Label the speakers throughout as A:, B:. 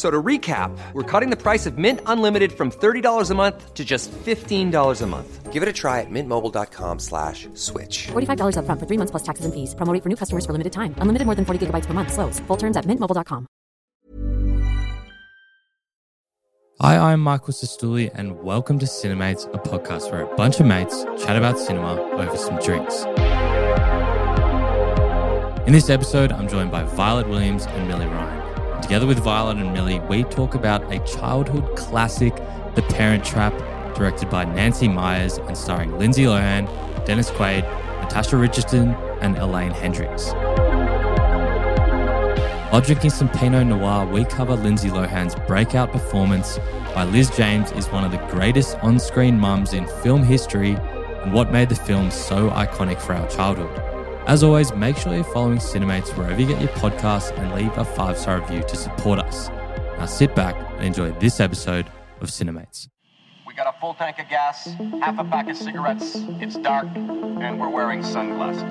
A: So to recap, we're cutting the price of Mint Unlimited from $30 a month to just $15 a month. Give it a try at mintmobile.com slash switch.
B: $45 up front for three months plus taxes and fees. Promote for new customers for limited time. Unlimited more than 40 gigabytes per month. Slows. Full terms at mintmobile.com.
C: Hi, I'm Michael Sestouli, and welcome to Cinemates, a podcast where a bunch of mates chat about cinema over some drinks. In this episode, I'm joined by Violet Williams and Millie Ryan. Together with Violet and Millie, we talk about a childhood classic, The Parent Trap, directed by Nancy Myers and starring Lindsay Lohan, Dennis Quaid, Natasha Richardson, and Elaine Hendricks. While drinking some Pinot Noir, we cover Lindsay Lohan's breakout performance by Liz James is one of the greatest on screen mums in film history and what made the film so iconic for our childhood. As always, make sure you're following Cinemates wherever you get your podcasts and leave a five star review to support us. Now sit back and enjoy this episode of Cinemates.
D: We got a full tank of gas, half a pack of cigarettes, it's dark, and we're wearing sunglasses.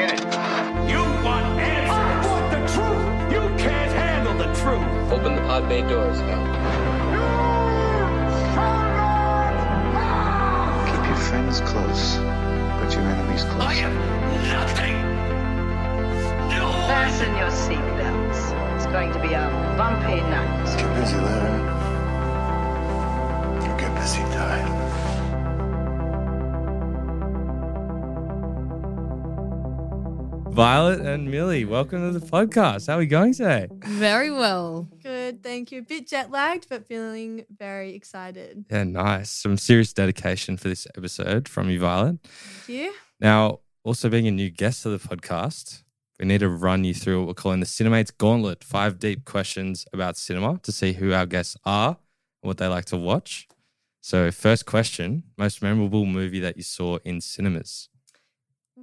D: Hit it.
E: You want answers. I want the truth. You can't handle the truth.
F: Open the pod bay doors now.
G: Keep your friends close, but your enemies close.
E: I am nothing. No
H: Fasten your seatbelts. It's going to be a bumpy night.
G: Get busy later. You get busy dying.
C: Violet and Millie, welcome to the podcast. How are we going today?
I: Very well.
J: Good, thank you. A bit jet lagged, but feeling very excited.
C: Yeah, nice. Some serious dedication for this episode from you, Violet.
J: Thank you.
C: Now, also being a new guest to the podcast, we need to run you through what we're calling the Cinemates Gauntlet five deep questions about cinema to see who our guests are and what they like to watch. So, first question most memorable movie that you saw in cinemas?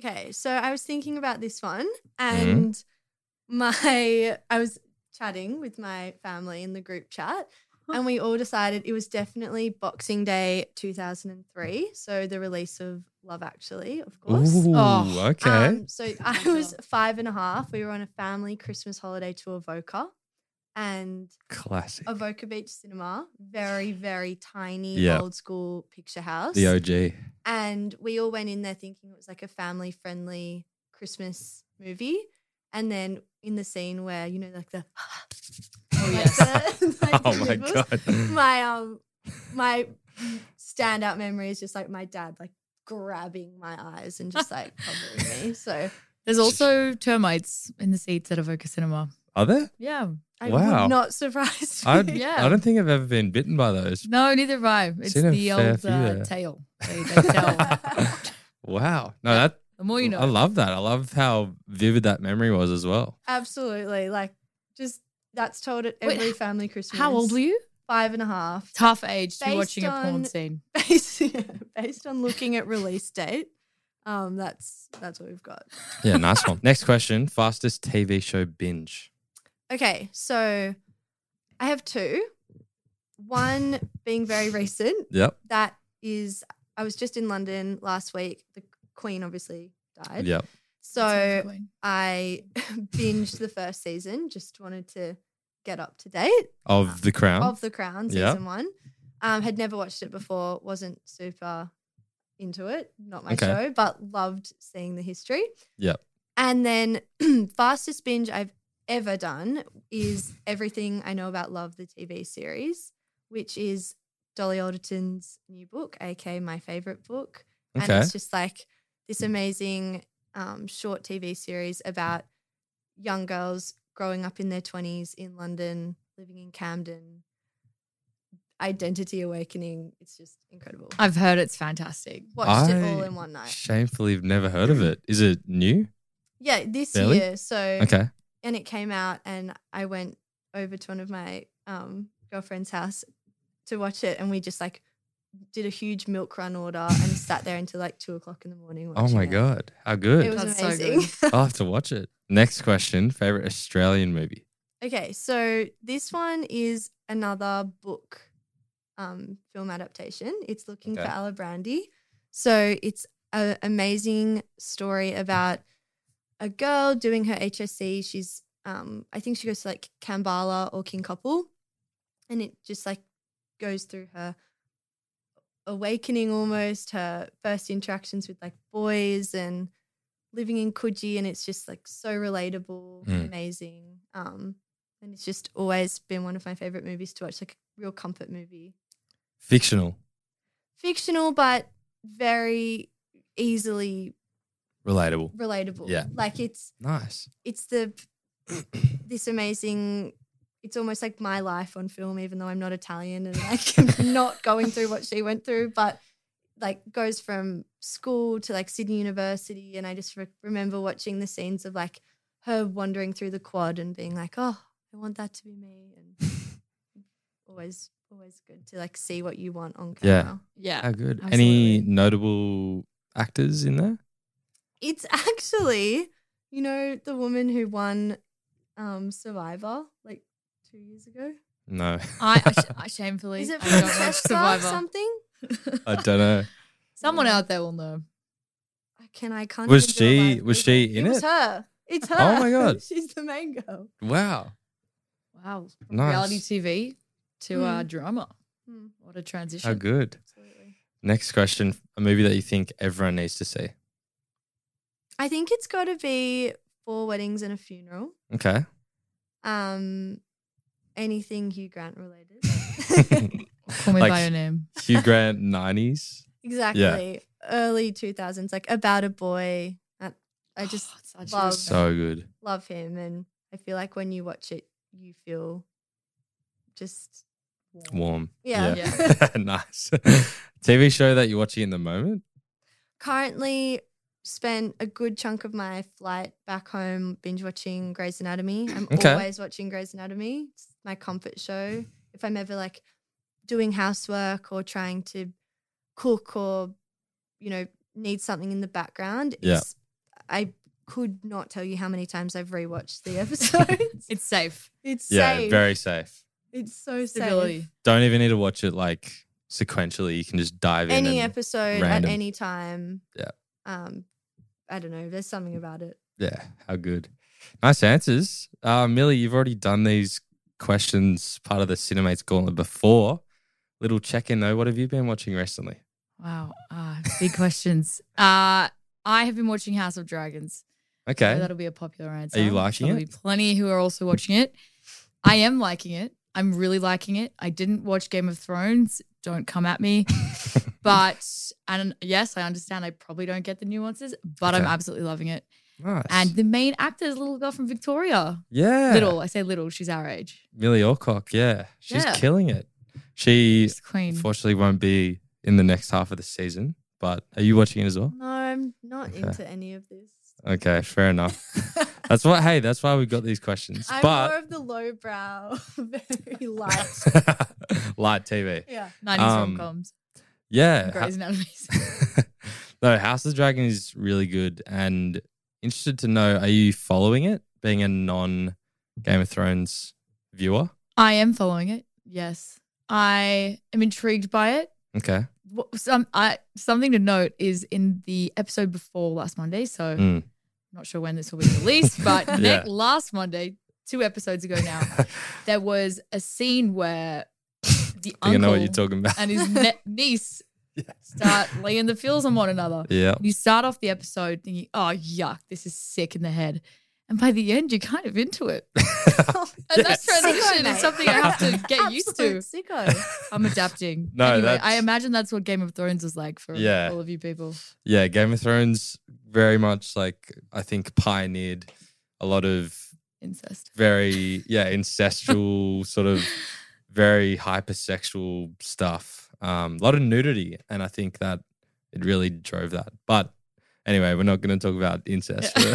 J: Okay, so I was thinking about this one,
C: Mm-hmm.
J: and my I was chatting with my family in the group chat, and we all decided it was definitely Boxing Day 2003. So the release of Love Actually, of course.
C: Ooh,
I: Oh,
C: okay.
J: Um, so I was five and a half. We were on a family Christmas holiday to Avoca, and
C: Classic.
J: Avoca Beach Cinema, very, very tiny,
C: Yeah.
J: old school picture house.
C: The OG.
J: And we all went in there thinking it was like a family friendly Christmas movie. And then in the scene where, you know, like the.
I: Oh,
J: like
I: yes.
J: the- like the
C: Oh my
J: nipples,
C: God.
J: My, um, my standout memory is just like my dad, like grabbing my eyes and just like covering me. So
I: There's also termites in the seats at Avoca Cinema.
C: Are there?
I: Yeah.
J: I
C: Wow.
J: would not surprised.
C: I,
J: me.
I: Yeah.
C: I don't think I've ever been bitten by those.
I: No, neither have I. It's
C: Seen a
I: the
C: fair
I: old
C: few
I: uh,
C: there.
I: tail. They, they tell.
C: Wow. No, that
I: The more you know.
C: I love that. I love how vivid that memory was as well.
J: Absolutely. Like just that's told at
I: Wait,
J: every family Christmas.
I: How old were you?
J: Five and a half.
I: Tough age to be
J: Based
I: watching a porn
J: on-
I: scene.
J: based, yeah, based on looking at release date. Um, that's that's what we've got.
C: Yeah, nice one. Next question fastest TV show binge.
J: Okay, so I have two. One being very recent.
C: Yep.
J: That is, I was just in London last week. The Queen obviously died.
C: Yep.
J: So
I: Sounds like
J: I binged the first season. Just wanted to get up to date.
C: Of The Crown.
J: of the Crown season
C: Yeah.
J: one. Um, had never watched it before. Wasn't super into it. Not my
C: Okay.
J: show, but loved seeing the history.
C: Yep.
J: And then fastest binge I've ever done is everything I know about Love the TV series, which is Dolly Alderton's new book, aka my favorite book,
C: Okay. Mm.
J: and it's just like this amazing um, short TV series about young girls growing up in their 20s in London, living in Camden, identity awakening. It's just incredible.
I: I've heard it's fantastic.
J: Watched it
C: I
J: all in one night.
C: Shamefully, have never heard of it. Is it new?
J: Yeah, this
C: Really?
J: year. So,
C: Okay.
J: and it came out, and I went over to one of my um, girlfriend's house to watch it, and we just like did a huge milk run order and sat there until like two o'clock in the morning.
C: Oh
J: watching
C: my
J: it.
C: god, how
J: It
C: good!
J: was
I: That's so
J: amazing.
C: I'll have to watch it. Next question: favorite Australian movie?
J: Okay, so this one is another book um, film adaptation. It's Looking
C: Okay.
J: for Alibrandi. So it's an amazing story about a girl doing her HSC. She's, um, I think she goes to like Kambala or King Koppel, and it just like goes through her awakening almost, her first interactions with like boys and living in Coogee, and it's just like so relatable,
C: Mm.
J: amazing. Um, and it's just always been one of my favorite movies to watch, like a real comfort movie.
C: Fictional,
J: Fictional, but very easily
C: relatable.
J: relatable.
C: Yeah.
J: Like it's
C: Nice.
J: it's the this amazing it's almost like my life on film even though i'm not italian and like not going through what she went through but like goes from school to like sydney university and i just re- remember watching the scenes of like her wandering through the quad and being like oh i want that to be me and always always good to like see what you want on
C: Yeah.
J: camera
I: Yeah.
C: How good. Any
I: Absolutely.
C: notable actors in there?
J: it's actually you know the woman who won um survivor like two years ago
C: No,
I: I, I, sh- I shamefully.
J: Is it
I: I don't watch
J: Francesca
I: Survivor.
J: something?
C: I don't know.
I: Someone out there will know.
J: I Can I can't.
C: Was
J: even do a
C: she-
J: live
C: was she
J: Google.
C: in
J: it? Was
C: it?
J: her. It's her.
C: Oh my God.
J: She's the main girl.
C: Wow.
I: Wow. From
C: Nice.
I: Reality TV to
J: Mm.
I: uh, drama.
J: Mm.
I: What a
C: How
I: transition.
C: good.
J: Absolutely.
C: Next question: a movie that you think everyone needs to see.
J: I think it's got to be four weddings and a funeral.
C: Okay.
J: Um, anything Hugh Grant related.
I: Call me
C: Like-
I: by your name.
C: Hugh Grant, nineties.
J: exactly. Early two thousands, like about a boy. I, I just
I: Oh, it's such a
J: love-
I: respect.
C: So good.
J: love him, and I feel like when you watch it, you feel just
C: Warm.
J: Yeah.
C: nice. TV show that you're watching at the moment?
J: currently spent a good chunk of my flight back home binge watching Grey's Anatomy. I'm
C: Okay.
J: always watching Grey's Anatomy. It's my comfort show. If I'm ever like doing housework or trying to cook or you know need something in the background,
C: Yeah.
J: it's, I could not tell you how many times I've rewatched the episodes.
I: It's safe.
J: it's
C: Yeah,
J: safe.
C: very safe.
J: it's so
I: Stability.
J: safe.
C: Don't even need to watch it like sequentially. You can just dive in.
J: Any
C: and-
J: episode
C: random.
J: at any time.
C: Yeah.
J: Um, I don't know. There's something about it.
C: Yeah, how good. Nice answers. Uh, Millie, you've already done these questions part of the Cinemates Gauntlet before. Little check in though. What have you been watching recently?
I: Wow. Uh, big questions. Uh, I have been watching House of Dragons. So
C: Okay.
I: that'll be a popular answer.
C: you liking
I: There'll
C: it?
I: be plenty who are also watching it. I am liking it. I'm really liking it. I didn't watch Game of Thrones. Don't come at me. but, and yes, I understand I probably don't get the nuances, but I'm
C: Okay.
I: absolutely loving it.
C: Nice.
I: And the main actor is a little girl from Victoria.
C: yeah.
I: Little. I say little. She's our age.
C: Millie Alcock. Yeah. She's
I: Yeah.
C: killing it. She
I: She's the queen.
C: unfortunately won't be in the next half of the season, but are you watching it as well?
J: No, I'm not
C: Okay.
J: into any of this.
C: Okay, fair enough. That's what, hey, that's why we got these questions.
J: I'm more
C: but
J: of the lowbrow, very light.
C: light TV.
J: yeah.
I: 90s
C: Um,
I: rom coms.
C: Yeah. ha-
I: Grey's Anatomy.
C: no, House of the Dragon is really good and interested to know are you following it being a non Game of Thrones viewer?
I: I am following it. Yes. I am intrigued by it.
C: Okay.
I: What- Some I something to note is in the episode before last Monday, so
C: Mm.
I: not sure when this will be released, but
C: Yeah.
I: ne- last Monday, two episodes ago now, there was a scene where the
C: I think I
I: uncle
C: know what you're talking about.
I: and his ne- niece start laying the feels on one another.
C: yeah.
I: You start off the episode thinking, "Oh yuck, this is sick in the head," and by the end, you're kind of into it. And that
J: Yes.
I: transition
J: Sicko,
I: is
J: mate.
I: something I have to get used to.
J: Absolute Sicko.
I: I'm adapting.
C: No,
I: anyway, I
C: that's-
I: imagine that's what Game of Thrones was like for
C: Yeah.
I: all of you people.
C: Yeah, Game of Thrones very much like I think pioneered a lot of
I: incest.
C: very yeah incestual sort of very hypersexual stuff um a lot of nudity and i think that it really drove that but anyway we're not going to talk about incest
I: Yeah.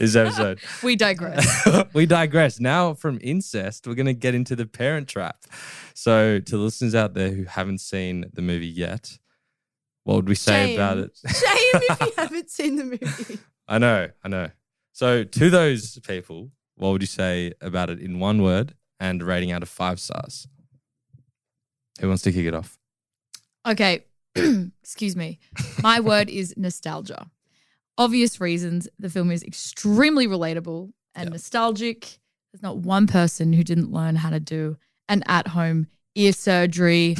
C: this episode
I: We digress.
C: we digress now from incest we're going to get into the parent trap so to the listeners out there who haven't seen the movie yet what would we say about it
J: Shame if you haven't seen the movie.
C: I know, I know. So to those people, what would you say about it in one word and rating out of five stars? Who wants to kick it off?
I: Okay. Excuse me. My word is nostalgia. Obvious reasons. The film is extremely relatable and nostalgic. There's not one person who didn't learn how to do an at home ear surgery,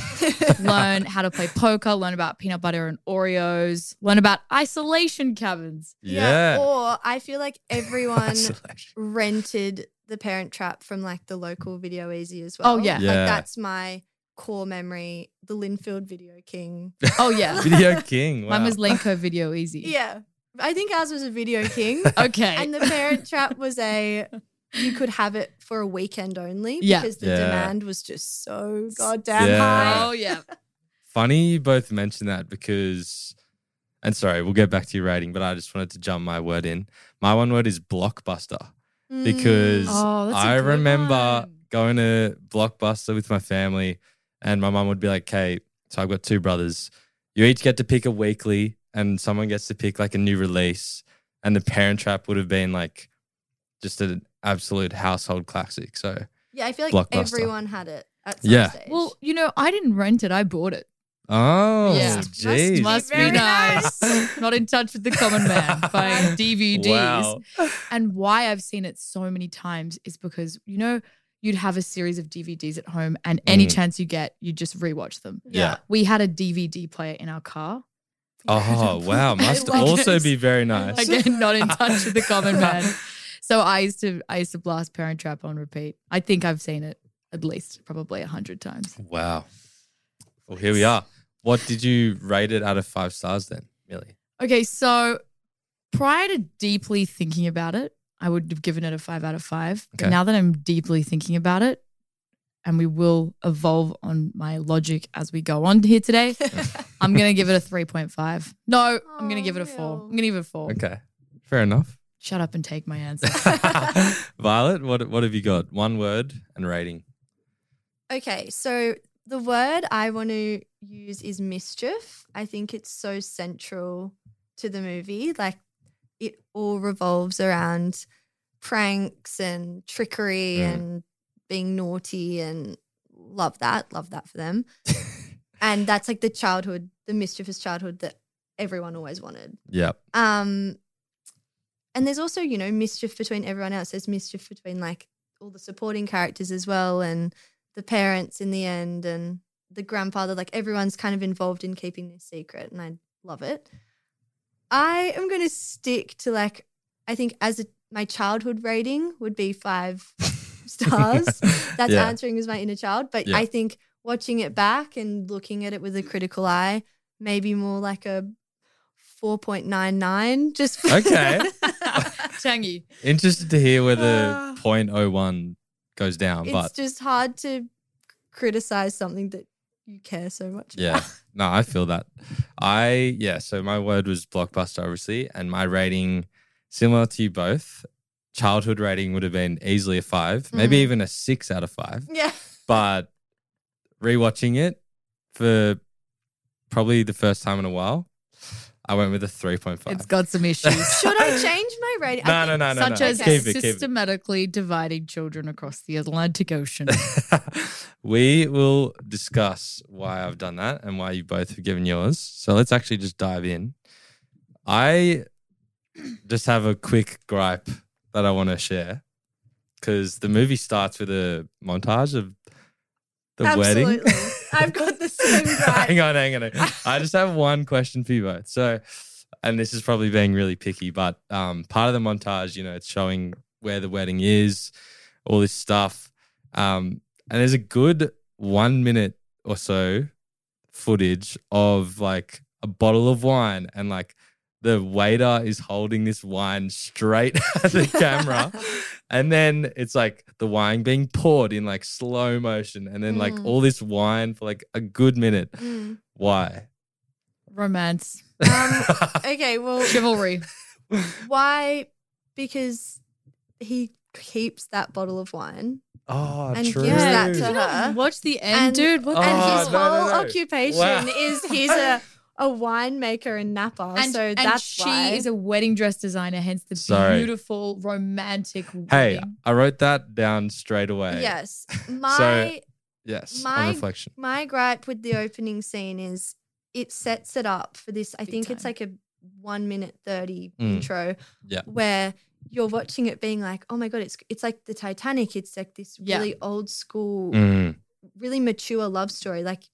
I: learn how to play poker, learn about peanut butter and Oreos, learn about isolation cabins.
J: Or I feel like everyone
C: Isolation.
J: rented The Parent Trap from like the local Video Easy as well.
I: Oh, yeah.
C: Yeah.
J: Like that's my core memory. The Linfield Video King.
I: Oh, yeah.
C: Video King. Wow.
I: Mine was Lenko Video Easy.
J: Yeah. I think ours was a Video King.
I: Okay.
J: And The Parent Trap was a. You could have it for a weekend only
I: Yeah.
J: because the
C: Yeah.
J: demand was just so goddamn
C: Yeah.
J: high.
I: Oh, yeah.
C: Funny you both mentioned that because, and sorry, we'll get back to your rating, but I just wanted to jump my word in. My one word is blockbuster.
J: Mm.
C: because
I: Oh, that's a
C: I
I: good
C: remember
I: one.
C: going to Blockbuster with my family, and my mum would be like, "Okay, so I've got two brothers. You each get to pick a weekly, and someone gets to pick like a new release." And the Parent Trap would have been like just an absolute household classic. So
J: yeah, I feel like
C: Blockbuster.
J: everyone had it at some
C: Yeah.
J: stage.
I: Well, you know, I didn't rent it, I bought it.
C: oh,
I: Yeah.
C: yeah.
I: Must-
C: geez.
I: Must be
J: Very
I: nice. Not in touch with the common man buying DVDs.
C: Wow.
I: And why I've seen it so many times is because, you know, you'd have a series of DVDs at home and any
C: Mm.
I: chance you get, you just rewatch them.
C: Yeah.
I: We had a DVD player in our car.
C: Oh wow, must
I: like
C: also
I: this.
C: be very nice.
I: Again, not in touch with the common man. So I used to I used to blast Parent Trap on repeat. I think I've seen it at least probably a hundred times.
C: Wow. Well, here we are. What did you rate it out of five stars then, Millie?
I: Okay, so prior to deeply thinking about it, I would have given it a five out of five. But
C: Okay.
I: now that I'm deeply thinking about it, and we will evolve on my logic as we go on here today, I'm gonna give it a three point five. No, I'm gonna
J: Oh,
I: give it a four.
J: Will.
I: I'm gonna give it a four.
C: Okay, fair enough.
I: Shut up and take my answer.
C: Violet, what what have you got? One word and rating.
J: Okay, so the word I want to use is mischief. I think it's so central to the movie. Like it all revolves around pranks and trickery
C: Mm.
J: and being naughty and love that. Love that for them. and that's like the childhood, the mischievous childhood that everyone always wanted.
C: Yep.
J: Um, and there's also, you know, mischief between everyone else. There's mischief between like all the supporting characters as well, and the parents in the end, and the grandfather. Like everyone's kind of involved in keeping this secret, and I love it. I am going to stick to like I think as a, my childhood rating would be five stars. That's
C: Yeah.
J: answering as my inner child, but
C: Yeah.
J: I think watching it back and looking at it with a critical eye, maybe more like a 4.99 just for-
C: Okay.
I: Tangy.
C: Interested to hear where
J: Ah.
C: the 0.01 goes down,
J: it's
C: but
J: just hard to criticize something that you care so much
C: yeah. No, I feel that. I yeah, so my word was blockbuster obviously, and my rating similar to you both. Childhood rating would have been easily a 5, maybe
J: Mm.
C: even a 6 out of 5.
J: about. yeah
C: but rewatching it for probably the first time in a while, I went with a 3.5.
I: It's got some issues.
J: should i change my rating I
C: No, no,
J: think-
C: no, no,
I: Such
C: no.
I: as
C: Keep it, keep it.
I: systematically dividing children across the Atlantic Ocean.
C: we will discuss why I've done that and why you both have given yours. So let's actually just dive in. I just have a quick gripe that I want to share because the movie starts with a montage of the wedding.
J: Absolutely. I've got the same gripe.
C: hang on, hang on. hang on. I just have one question for you both. So, and this is probably being really picky, but um, part of the montage, you know, it's showing where the wedding is, all this stuff. Um, and there's a good one minute or so footage of like a bottle of wine and like the waiter is holding this wine straight at the camera And then it's like the wine being poured in like slow motion, and then like
J: Mm.
C: all this wine for like a good minute.
J: Mm.
C: Why?
I: Romance,
J: Um, okay, well,
I: chivalry.
J: why? Because he keeps that bottle of wine.
C: oh,
J: and
C: true.
J: gives that
I: Did
J: to
I: you
J: her.
I: not watch the end,
J: And-
I: dude? What the
J: and
C: Oh,
J: his
C: no, no,
J: whole
C: no.
J: occupation
C: Wow.
J: is he's a, a winemaker in Napa.
I: And,
J: so
I: and
J: that's
I: she
J: why.
I: is a wedding dress designer, hence the
C: Sorry.
I: beautiful romantic
C: Hey,
I: wedding.
C: I wrote that down straight away.
J: yes. My
C: Yes. on
J: my-
C: reflection.
J: my gripe with the opening scene is it sets it up for this. I
I: Big
J: think it's
I: time.
J: like a one minute thirty
C: Mm.
J: intro.
C: Yeah.
J: Where you're watching it being like, oh my god, it's it's like the Titanic. It's like this
I: Yeah.
J: really old school,
C: Mm.
J: really mature love story. Like,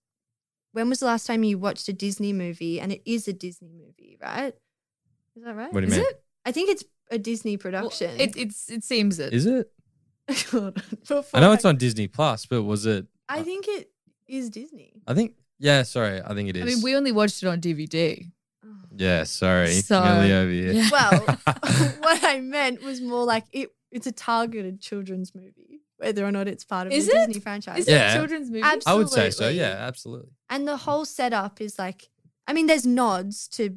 J: when was the last time you watched a Disney movie? And it is a Disney movie, right? Is that right?
C: What do you
J: Is
C: mean?
J: it? I think it's a Disney
I: Well,
J: production.
I: it, it's, it seems it.
C: Is it?
J: Before
C: I know it's on Disney Plus, but was it?
J: I think it is Disney.
C: I think. Yeah. Sorry. I think it is.
I: I mean, we only watched it on DVD.
J: Oh.
C: Yeah. Sorry.
I: So-
C: Millie over here.
I: Yeah.
J: Well, what I meant was more like it. It's a targeted children's movie, whether or not it's part of
I: Is
J: the
I: it?
J: Disney franchise.
I: Is
C: Yeah. Oh,
I: it a children's movie?
J: Abs-
C: I would say so.
J: Absolutely.
C: Yeah. Absolutely.
J: And the whole setup is like, I mean, there's nods to.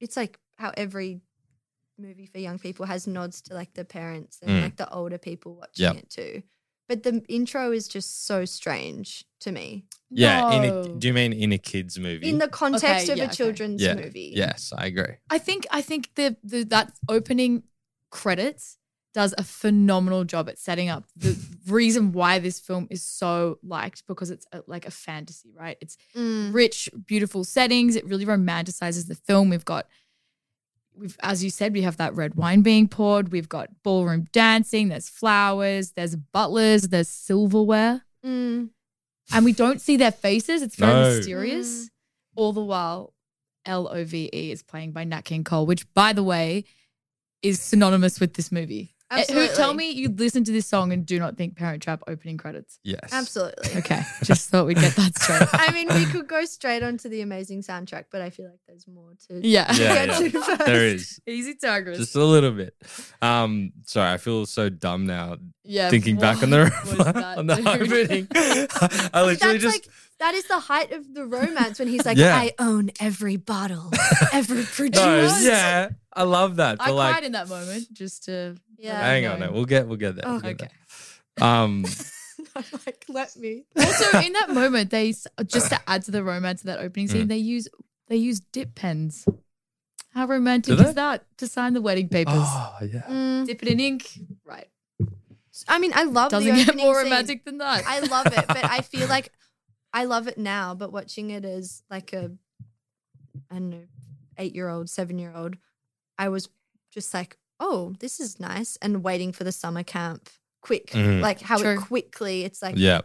J: It's like how every movie for young people has nods to like the parents and
C: Mm.
J: like the older people watching
C: Yep.
J: it too. But the intro is just so strange to me
C: Yeah. In a,
I: No.
C: do you mean in a kids movie?
J: in the context
I: Okay,
J: of
I: yeah,
J: a
I: okay.
J: children's
C: yeah.
J: movie.
C: Yes, I agree.
I: I think I think the, the that opening credits does a phenomenal job at setting up the reason why this film is so liked because it's a, like a fantasy, right? It's
J: Mm.
I: rich, beautiful settings. It really romanticizes the film. We've got, we've as you said, we have that red wine being poured. We've got ballroom dancing. There's flowers. There's butlers. There's silverware,
J: Mm.
I: and we don't see their faces. It's very
C: No.
I: mysterious. All the while, L O V E is playing by Nat King Cole, which, by the way, is synonymous with this movie. Eh, Who tell
J: Absolutely.
I: me you listen to this song and do not think Parent Trap opening credits?
C: Yes.
J: Absolutely.
I: Okay, just thought we'd get that straight.
J: I mean, we could go straight on to the amazing soundtrack, but I feel like there's more to
I: Yeah.
C: Yeah,
J: get to first.
C: There is
I: Easy targets.
C: just a little bit. Um, sorry, I feel so dumb now
I: yeah,
C: thinking back on the
I: what was that,
C: on the
I: dude?
C: opening. I
J: But
C: literally
J: that's
C: just
J: like that is the height of the romance when he's like,
C: Yeah.
J: I own every bottle, every produce.
C: no, yeah, I love that.
I: I
C: But like,
I: cried in that moment just to
J: Yeah.
C: hang on, no, we'll get we'll get there.
J: Oh,
C: we'll get there. Um,
J: I'm like, let me.
I: also in that moment they s- just to add to the romance of that opening
C: Mm.
I: scene they use they use dip pens. How romantic
C: Do
I: is
C: they?
I: that to sign the wedding papers?
C: oh yeah,
J: Mm,
I: Dip it in ink. Right.
J: I mean, I love
I: Doesn't
J: the
I: get
J: opening
I: more
J: scene.
I: romantic than that.
J: I love it, but I feel like I love it now. But watching it as like a, I don't know, eight year old, seven year old, I was just like, oh, this is nice, and waiting for the summer camp. Quick,
C: Mhm.
J: like how it
I: True.
J: quickly, it's like
C: yeah,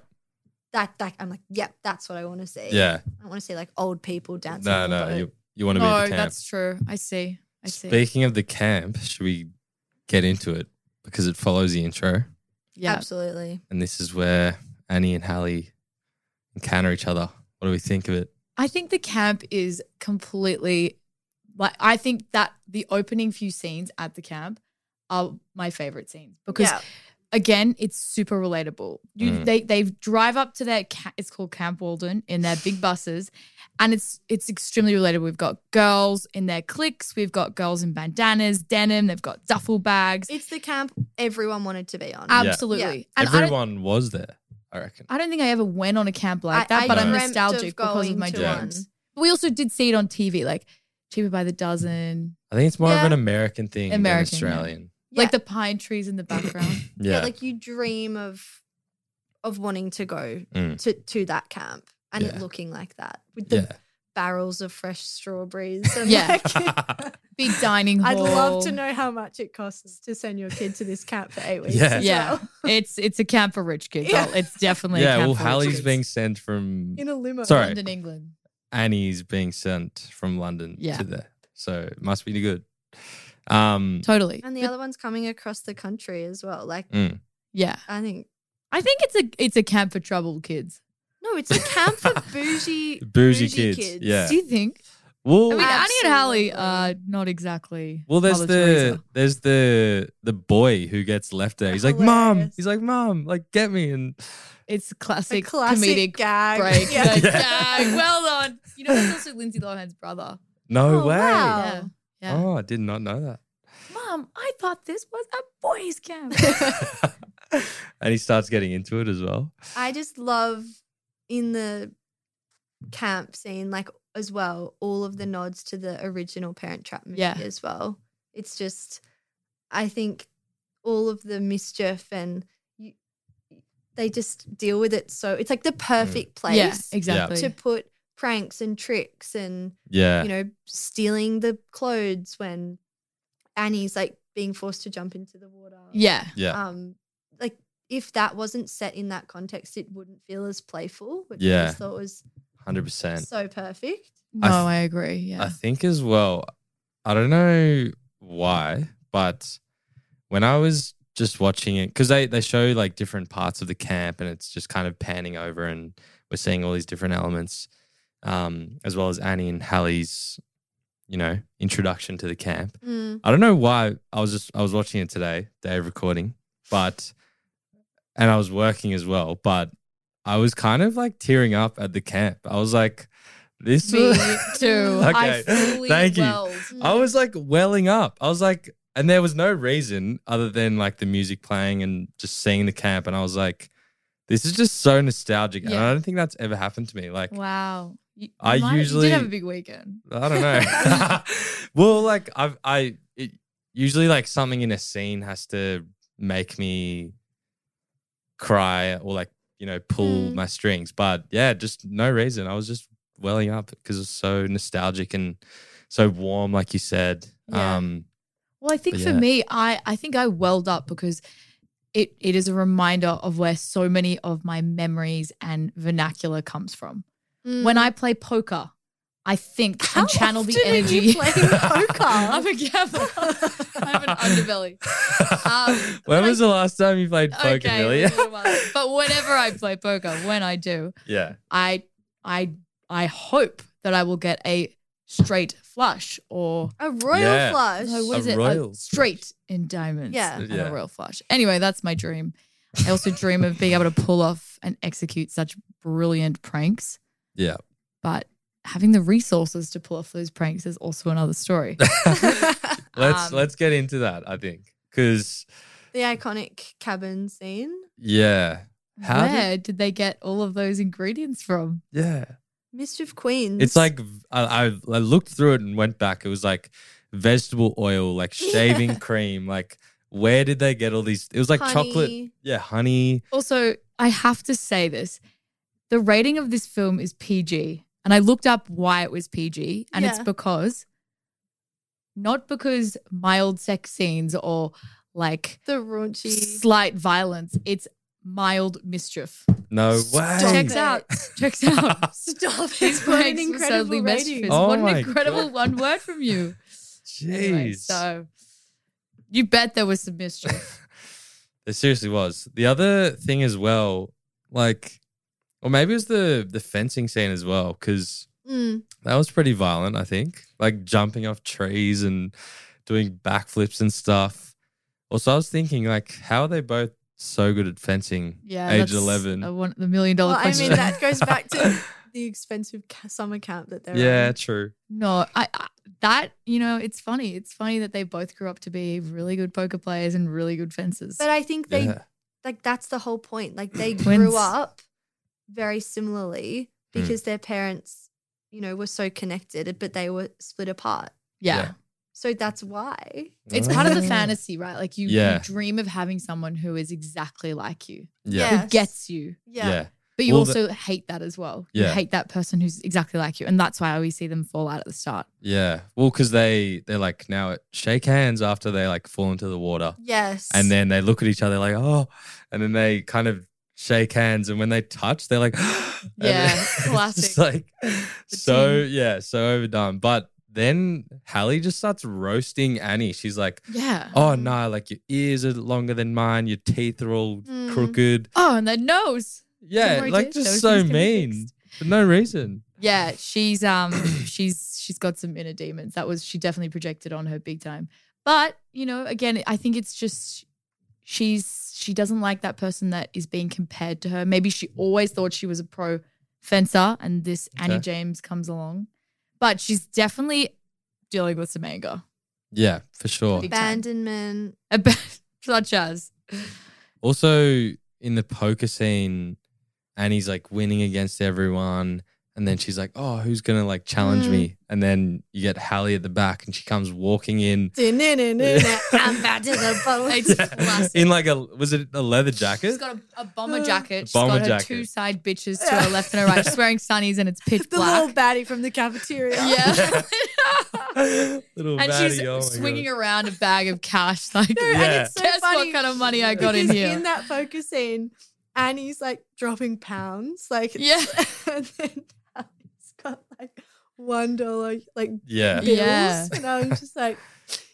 J: that. That I'm like, yep, that's what I want to see.
C: yeah.
J: I want to see like old people dancing.
C: No,
J: on a
C: no,
J: boat.
C: you you want to be at
I: no,
C: the camp.
I: Oh, that's true. I see. I see.
C: Speaking of the camp, should we get into it because it follows the intro,
I: yeah.
J: absolutely.
C: and this is where Annie and Hallie encounter each other. What do we think of it?
I: I think the camp is completely like I think that the opening few scenes at the camp are my favorite scenes because
J: Yeah.
I: again, it's super relatable. You
C: Mm.
I: they they drive up to their ca- it's called Camp Walden in their big buses, and it's it's extremely relatable. We've got girls in their cliques, we've got girls in bandanas, denim, they've got duffel bags.
J: It's the camp everyone wanted to be on.
C: Yeah.
I: Absolutely,
J: Yeah.
I: and I don't,
C: Everyone was there, I reckon.
I: I don't think I ever went on a camp like
J: I-
I: that,
J: I
I: but I'm
J: dreamt of
I: nostalgic because of
J: going
I: my
J: to
C: Yeah.
J: one.
I: dreams. But we also did see it on TV, like cheaper by the dozen,
C: I think it's more of
J: Yeah.
C: an American thing than
I: American, yeah.
C: Australian.
I: like
J: Yeah.
I: the pine trees in the background.
C: Yeah.
J: yeah. like you dream of of wanting to go
C: Mm.
J: to to that camp and it
C: Yeah.
J: looking like that with the
C: yeah.
J: barrels of fresh strawberries and
I: Yeah.
J: like
I: Big dining hall.
J: I'd love to know how much it costs to send your kid to this camp for eight weeks.
C: Yeah.
J: as
I: Yeah,
J: well.
I: it's it's a camp for rich kids.
J: Yeah.
I: I'll- It's definitely a
C: yeah,
I: camp
C: well,
I: for rich
C: Hallie's
I: kids.
C: being sent from
J: in a limo.
C: Sorry.
I: London, England.
C: Annie's being sent from London
I: Yeah.
C: to there, so it must be good. Um,
I: Totally.
J: And the
I: But-
J: other one's coming across the country as well. Like
C: mm.
I: yeah,
J: I think
I: I think it's a it's a camp for troubled kids.
J: no, it's a camp for bougie
C: Bougie kids, yeah.
I: Do you think?
C: Well,
I: I mean, Annie and Hallie
J: Absolutely.
I: are not exactly.
C: well, there's
I: Mother
C: the
I: Teresa.
C: there's the the boy who gets left there. He's like, "Mom,"
J: Hilarious.
C: he's like, "Mom," like, "Get me!" And
I: It's
J: A
I: classic,
J: classic
I: comedic
J: gag.
I: break.
J: Yeah.
I: The
C: Yeah.
I: gag. Well done. You know, it's also Lindsay Lohan's brother.
C: no
J: Oh,
C: way.
J: wow.
I: Yeah. Yeah.
C: Oh, I did not know that.
I: Mom, I thought this was a boys' camp.
C: and he starts getting into it as well.
J: I just love in the camp scene, like as well, all of the nods to the original Parent Trap movie
I: Yeah.
J: as well. It's just, I think, all of the mischief and you, they just deal with it so it's like the perfect place
I: yeah, exactly.
J: to put pranks and tricks and
C: Yeah.
J: you know stealing the clothes when Annie's like being forced to jump into the water.
I: Yeah.
C: yeah.
J: um like if that wasn't set in that context it wouldn't feel as playful which
C: Yeah.
J: i just thought was
C: 100%.
J: so perfect
I: No,
C: I th-
I: I agree. Yeah.
C: I think as well, I don't know why, but when I was just watching it, because they, they show like different parts of the camp and it's just kind of panning over and we're seeing all these different elements, um, as well as Annie and Hallie's, you know, introduction to the camp.
J: mm.
C: I don't know why I was just I was watching it today, day of recording, but and I was working as well, but I was kind of like tearing up at the camp. I was like, this
I: Me
C: was,
I: too. I
C: Okay,
I: fully
C: thank you. Oh.
I: welled.
C: I was like welling up. I was like, and there was no reason other than like the music playing and just seeing the camp. And I was like, this is just so nostalgic. And
I: Yeah.
C: I don't think that's ever happened to me. Like,
I: Wow. You,
C: I
I: you might-
C: usually-
I: you did have a big weekend.
C: I don't know. well, like I've I it, usually like something in a scene has to make me cry or like you know pull
I: Hmm.
J: Mm.
C: my strings, but yeah, just no reason. I was just welling up because it's so nostalgic and so warm, like you said.
I: Yeah.
C: Um,
I: Well, I think
C: But
I: for
C: yeah.
I: me, I I think I welled up because it it is a reminder of where so many of my memories and vernacular comes from. When I play poker, I think
J: Mm. How
I: and channel the
J: often are
I: energy.
J: you playing poker?
I: I'm a gambler. I have an underbelly. Um,
C: when
I: but I-
C: was the last time you played poker,
I: okay,
C: Millie?
I: a little while. but whenever I play poker, when I do,
C: yeah,
I: I I I hope that I will get a straight flush or
J: a royal
C: Yeah.
J: flush
I: no, what
C: A
I: is it?
C: royal
I: A straight in diamonds.
J: Yeah.
I: And
C: Yeah.
I: a royal flush. Anyway, that's my dream. I also dream of being able to pull off and execute such brilliant pranks,
C: yeah.
I: but having the resources to pull off those pranks is also another story.
C: let's
I: Um,
C: let's get into that. I think because
J: the iconic cabin scene
C: yeah, How did-
I: Where did-, they get all of those ingredients from?
C: yeah.
J: mischief queens
C: It's like v- I, I I looked through it and went back. It was like vegetable oil, like shaving cream. Like where did they get all these? It was like chocolate.
J: Honey.
C: Yeah, honey.
I: Also, I have to say this the rating of this film is PG. And I looked up why it was PG, and it's
J: Yeah.
I: because not because mild sex scenes or like
J: the raunchy
I: slight violence. It's mild mischief.
C: No way.
J: Stop
I: Checks
J: it.
I: out. Checks out.
J: stop
I: These
J: what an
I: pranks were
J: incredible
I: solely mischief.
J: rating.
C: Oh
I: what
C: my
I: an incredible
C: God.
I: one word from you.
C: Jeez.
I: Anyway, so you bet there was some mischief.
C: There seriously was. The other thing as well, like, or maybe it was the the fencing scene as well, because
J: Mm.
C: that was pretty violent. I think, like jumping off trees and doing backflips and stuff. Also, I was thinking, like, how are they both so good at fencing?
I: Yeah.
C: age
I: that's
C: eleven.
I: A one, the million dollar
J: well i
I: question.
J: mean that goes back to Mm. the expensive ca- summer camp that they're
C: yeah,
J: on.
C: true.
I: no, I, I that you know, it's funny. It's funny that they both grew up to be really good poker players and really good fencers.
J: but uh, i think they
C: yeah.
J: like that's the whole point. Like they
I: Twins.
J: grew up very similarly because their parents, you know, were so connected, but they were split apart.
I: yeah.
C: yeah.
J: So that's why.
I: It's part of the
J: Mm.
C: Ah.
I: fantasy, right? Like you,
C: Yeah.
I: you dream of having someone who is exactly like you,
C: Yeah.
J: Yeah.
I: who
J: Yes.
I: gets you.
C: Yeah.
J: Yeah.
I: But you
C: Well, the-
I: also hate that as well. You
C: Yeah.
I: hate that person who's exactly like you. And that's why I always see them fall out at the start.
C: Yeah. Well, because they they're like now shake hands after they like fall into the water,
J: Yes.
C: and then they look at each other like oh, and then they kind of shake hands, and when they touch, they're like and
I: Yeah,
C: then it's
I: classic.
C: just, like so
I: team.
C: yeah, so overdone. But then Hallie just starts roasting Annie. She's like,
I: Yeah.
C: oh no, like your ears are longer than mine, your teeth are all
J: Mm.
C: crooked.
I: Oh, and their nose.
C: Yeah,
I: worry,
C: like
I: dude, those
C: just so
I: things can be
C: mean
I: fixed.
C: for no reason.
I: Yeah, she's um she's she's got some inner demons. That was she definitely projected on her big time. But, you know, again, I think it's just she's she doesn't like that person that is being compared to her. Maybe she always thought she was a pro fencer and this Annie
C: Okay.
I: James comes along. But she's definitely dealing with some anger.
C: Yeah, for sure.
I: Big time.
J: Abandonment.
I: About such as
C: Also, in the poker scene, Annie's like winning against everyone. And then she's like, oh, who's going to like challenge
J: Mm.
C: me? And then you get Hallie at the back and she comes walking in.
J: Da-na-na-na-na, I'm back to the boat.
I: It's classic.
C: in like a, was it a leather jacket? Uh,
I: She's got a, a bomber jacket. She's
C: bomber
I: got her
C: jacket.
I: two side bitches to her left and her right. She's wearing sunnies and it's pitch
J: The little
I: black.
J: baddie from the cafeteria.
I: yeah.
C: Little
I: and
C: baddie,
I: she's
C: oh my
I: swinging
C: God.
I: around a bag of cash. Like,
C: Yeah.
J: It's so
I: guess what
J: funny
I: kind of money I got in
J: because
I: here?
J: In that focus scene, Annie's like dropping pounds. Like
I: yeah.
J: and then Ali's got like one dollar like
C: Yeah.
J: bills.
I: Yeah.
J: And I was just like,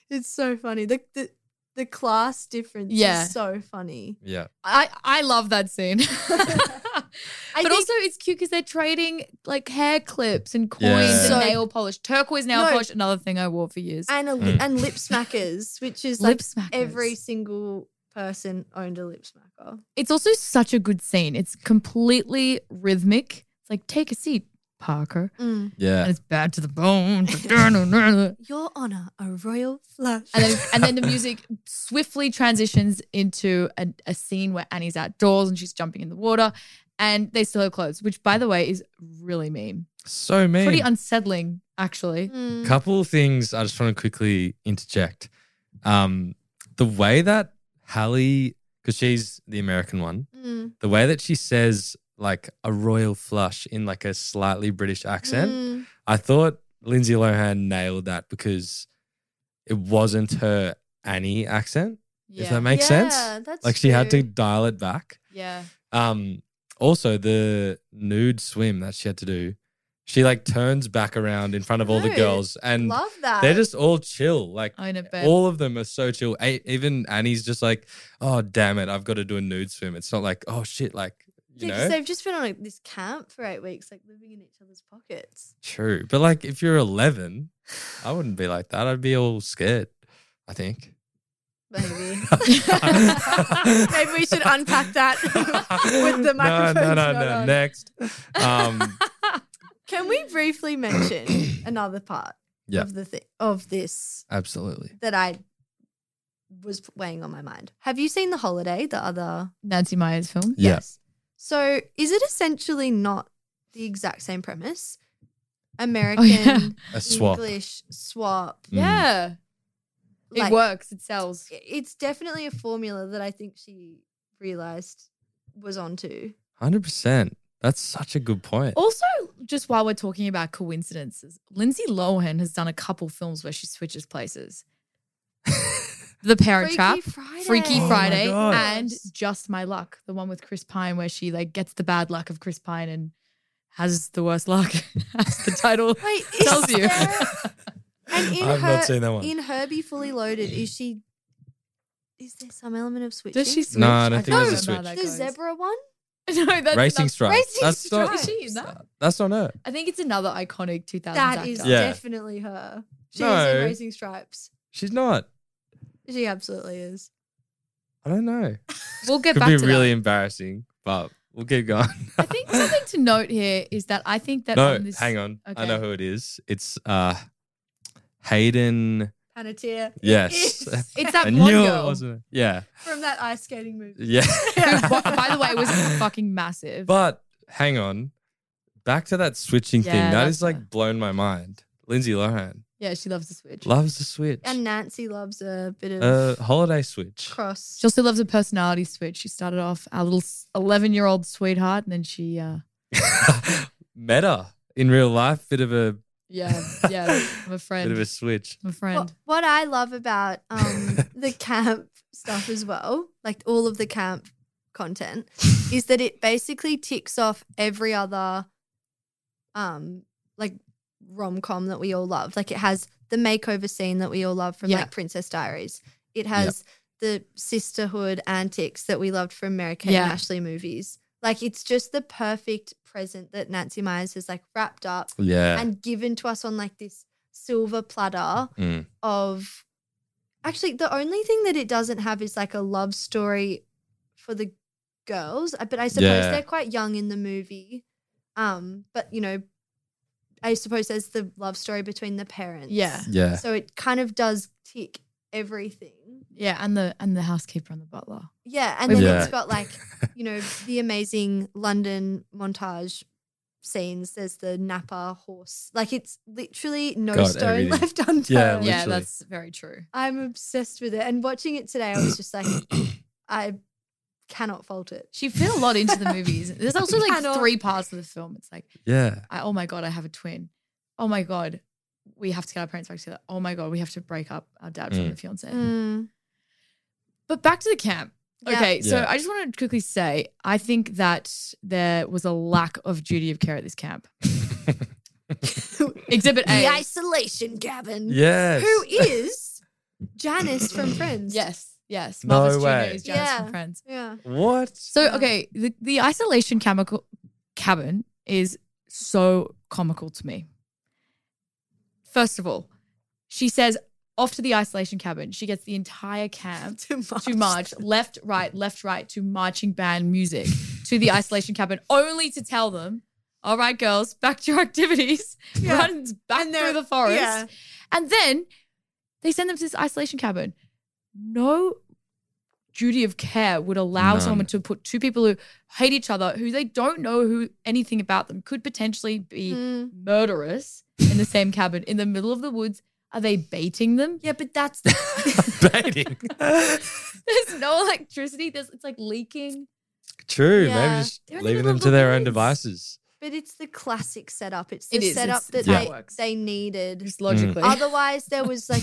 J: it's so funny. The the, the class difference
I: Yeah.
J: is so funny.
C: Yeah.
I: I, I love that scene. but
J: I think-
I: also, it's cute because they're trading like hair clips and coins
C: Yeah.
I: and
J: So-
I: nail polish. Turquoise nail
J: No.
I: polish, another thing I wore for years.
J: And a, li-
C: Mm.
J: and lip smackers, which is
I: Lip
J: like
I: smackers.
J: every single person owned a lip smacker.
I: It's also such a good scene. It's completely rhythmic. It's like, take a seat, Parker.
J: Mm.
I: And
C: Yeah.
I: it's bad to the bone. and
J: Your honor, a royal flush.
I: then and then the music swiftly transitions into a, a scene where Annie's outdoors and she's jumping in the water and they still have clothes, which by the way is really mean.
C: So mean.
I: Pretty unsettling, actually.
J: Mm.
C: couple of things I just want to quickly interject. Um, the way that Hallie, because she's the American one,
J: Mm.
C: the way that she says like a royal flush in like a slightly British accent,
J: Mm.
C: I thought Lindsay Lohan nailed that because it wasn't her Annie accent, if that makes sense.
J: Yeah, that's
C: Like she had
J: true.
C: to dial it back.
I: yeah.
C: Um, also the nude swim that she had to do, she like turns back around in front of all the
J: No,
C: girls and
J: Love that.
C: they're just all chill. Like
J: Oh,
I: I know but
C: all of them are so chill. A- even Annie's just like, oh damn it, I've got to do a nude swim. It's not like, oh shit, like you
J: Yeah, 'cause
C: know,
J: they've just been on like, this camp for eight weeks, like living in each other's pockets.
C: true. But like if you're 11, I wouldn't be like that. I'd be all scared. I think.
J: Maybe. Maybe we should unpack that with the microphones.
C: No, no,
J: not
C: no, no.
J: on.
C: Next. Um,
J: Can we briefly mention another part
C: Yeah.
J: of the thi- of this
C: absolutely.
J: that I was weighing on my mind? Have you seen The Holiday, the other?
I: Nancy Meyer's film.
C: Yeah.
J: Yes. So is it essentially not the exact same premise? American,
C: Oh, A swap.
J: English swap.
C: Mm.
I: Yeah. It
J: Like-
I: works. It sells.
J: it's definitely a formula that I think she realized was onto.
C: 100%. That's such a good point.
J: Oh,
I: Also, just while we're talking about coincidences, Lindsay Lohan has done a couple films where she switches places. the Parent
J: Freaky
I: Trap,
J: Friday.
I: Freaky
C: Oh my
I: Friday,
C: God.
I: and Just My Luck, the one with Chris Pine where she like gets the bad luck of Chris Pine and has the worst luck. That's the title.
J: Wait, is
I: Tells you.
J: there- and in
C: I've
J: her,
C: not seen that one.
J: In Herbie Fully Loaded, is she? Is there some element of switching?
I: Does she switch?
C: No, I don't think
I: can't
C: there's a
I: remember
J: The
I: how that goes.
J: zebra one?
I: No, that's
C: Racing
I: not-
C: Stripes.
I: Racing
C: That's not-
I: Stripes. Is she in that?
C: That's on her.
I: I think it's another iconic 2000s
J: That
I: actor.
J: is
C: Yeah.
J: definitely her. She is
C: No.
J: in Racing Stripes.
C: She's not.
J: She absolutely is.
C: I don't know.
I: We'll get
C: Could
I: back
C: be
I: to
C: really
I: that.
C: embarrassing, but we'll keep going.
I: I think something to note here is that I think that
C: no,
I: on this,
C: hang on. I
I: Okay.
C: know who it is. It's uh Hayden.
J: Panettiere
C: Yes.
I: It's that
C: I
I: one
C: knew it
I: girl
C: wasn't. Yeah.
J: from that ice skating movie.
C: Yeah.
I: who, bu- by the way, was fucking massive.
C: But hang on. Back to that switching
I: Yeah,
C: thing. That
I: that's
C: is like
I: her.
C: blown my mind. Lindsay Lohan
I: yeah, she loves the switch.
C: loves the switch.
J: And Nancy loves a bit of
C: uh, holiday switch.
J: cross.
I: she also loves a personality switch. She started off our little eleven-year-old sweetheart, and then she, uh,
C: Meta in real life, bit of a
I: yeah, yeah, I'm a friend,
C: bit of a switch.
I: I'm a
J: What,
I: friend.
J: what I love about um, the camp stuff as well, like all of the camp content, is that it basically ticks off every other um, like rom com that we all love. Like it has the makeover scene that we all love from
I: Yeah.
J: like Princess Diaries. It has the sisterhood antics that we loved from Mary Kay
I: Yeah.
J: and Ashley movies. Like it's just the perfect present that Nancy Myers has like wrapped up
C: Yeah.
J: and given to us on like this silver platter
C: Mm.
J: of actually the only thing that it doesn't have is like a love story for the girls uh, but i suppose
C: Yeah.
J: they're quite young in the movie um but you know i suppose there's the love story between the parents
I: Yeah.
C: Yeah.
J: so it kind of does tick everything
I: Yeah, and the and the housekeeper and the butler.
J: yeah and
I: With
J: then
C: Yeah.
J: it's got like you know the amazing london montage scenes there's the napa horse like it's literally no
C: Got
J: stone
C: everything.
J: left unturned
C: Yeah,
I: Yeah,
C: Literally.
I: that's very true.
J: I'm obsessed with it. And watching it today, I was just like, I cannot fault it.
I: She fit a lot into the movies. There's also like
J: Cannot.
I: three parts of the film. It's like,
C: Yeah.
I: I, oh my god, I have a twin. Oh my god, we have to get our parents back together. Oh my god, we have to break up our dad from
C: Mm.
I: the fiance. But back to the camp.
J: Yeah.
I: Okay, so
C: Yeah.
I: I just want to quickly say I think that there was a lack of duty of care at this camp. Exhibit
J: The
I: A.
J: isolation cabin.
C: Yes.
J: Who is Janice from Friends?
I: Yes, yes.
C: No
I: Martha's
C: way.
I: Jr. is Janice
J: Yeah.
I: from Friends.
J: Yeah.
C: What?
I: So okay, the, the isolation chemical cabin is so comical to me. First of all, she says off to the isolation cabin. She gets the entire camp
J: Too much.
I: to march left, right, left, right to marching band music to the isolation cabin, only to tell them, "All right, girls, back to your activities."
J: Yeah.
I: Runs back
J: And they're-
I: through the forest,
J: yeah.
I: and then they send them to this isolation cabin. No duty of care would allow
C: None.
I: someone to put two people who hate each other, who they don't know who anything about them, could potentially be
J: Mm.
I: murderous in the same cabin in the middle of the woods. Are they baiting them?
J: Yeah, but that's the.
C: Baiting.
I: There's no electricity. There's it's like leaking.
C: True.
J: Yeah.
C: Maybe just
J: They're in the
C: leaving
J: middle
C: them
J: of
C: to
J: the
C: their own
J: woods.
C: devices.
J: but it's the classic setup. It's the
I: It is,
J: setup
I: it's-
J: that
I: it's how
J: they,
I: it works.
J: they needed.
I: Just logically.
J: Hmm. Otherwise, there was like,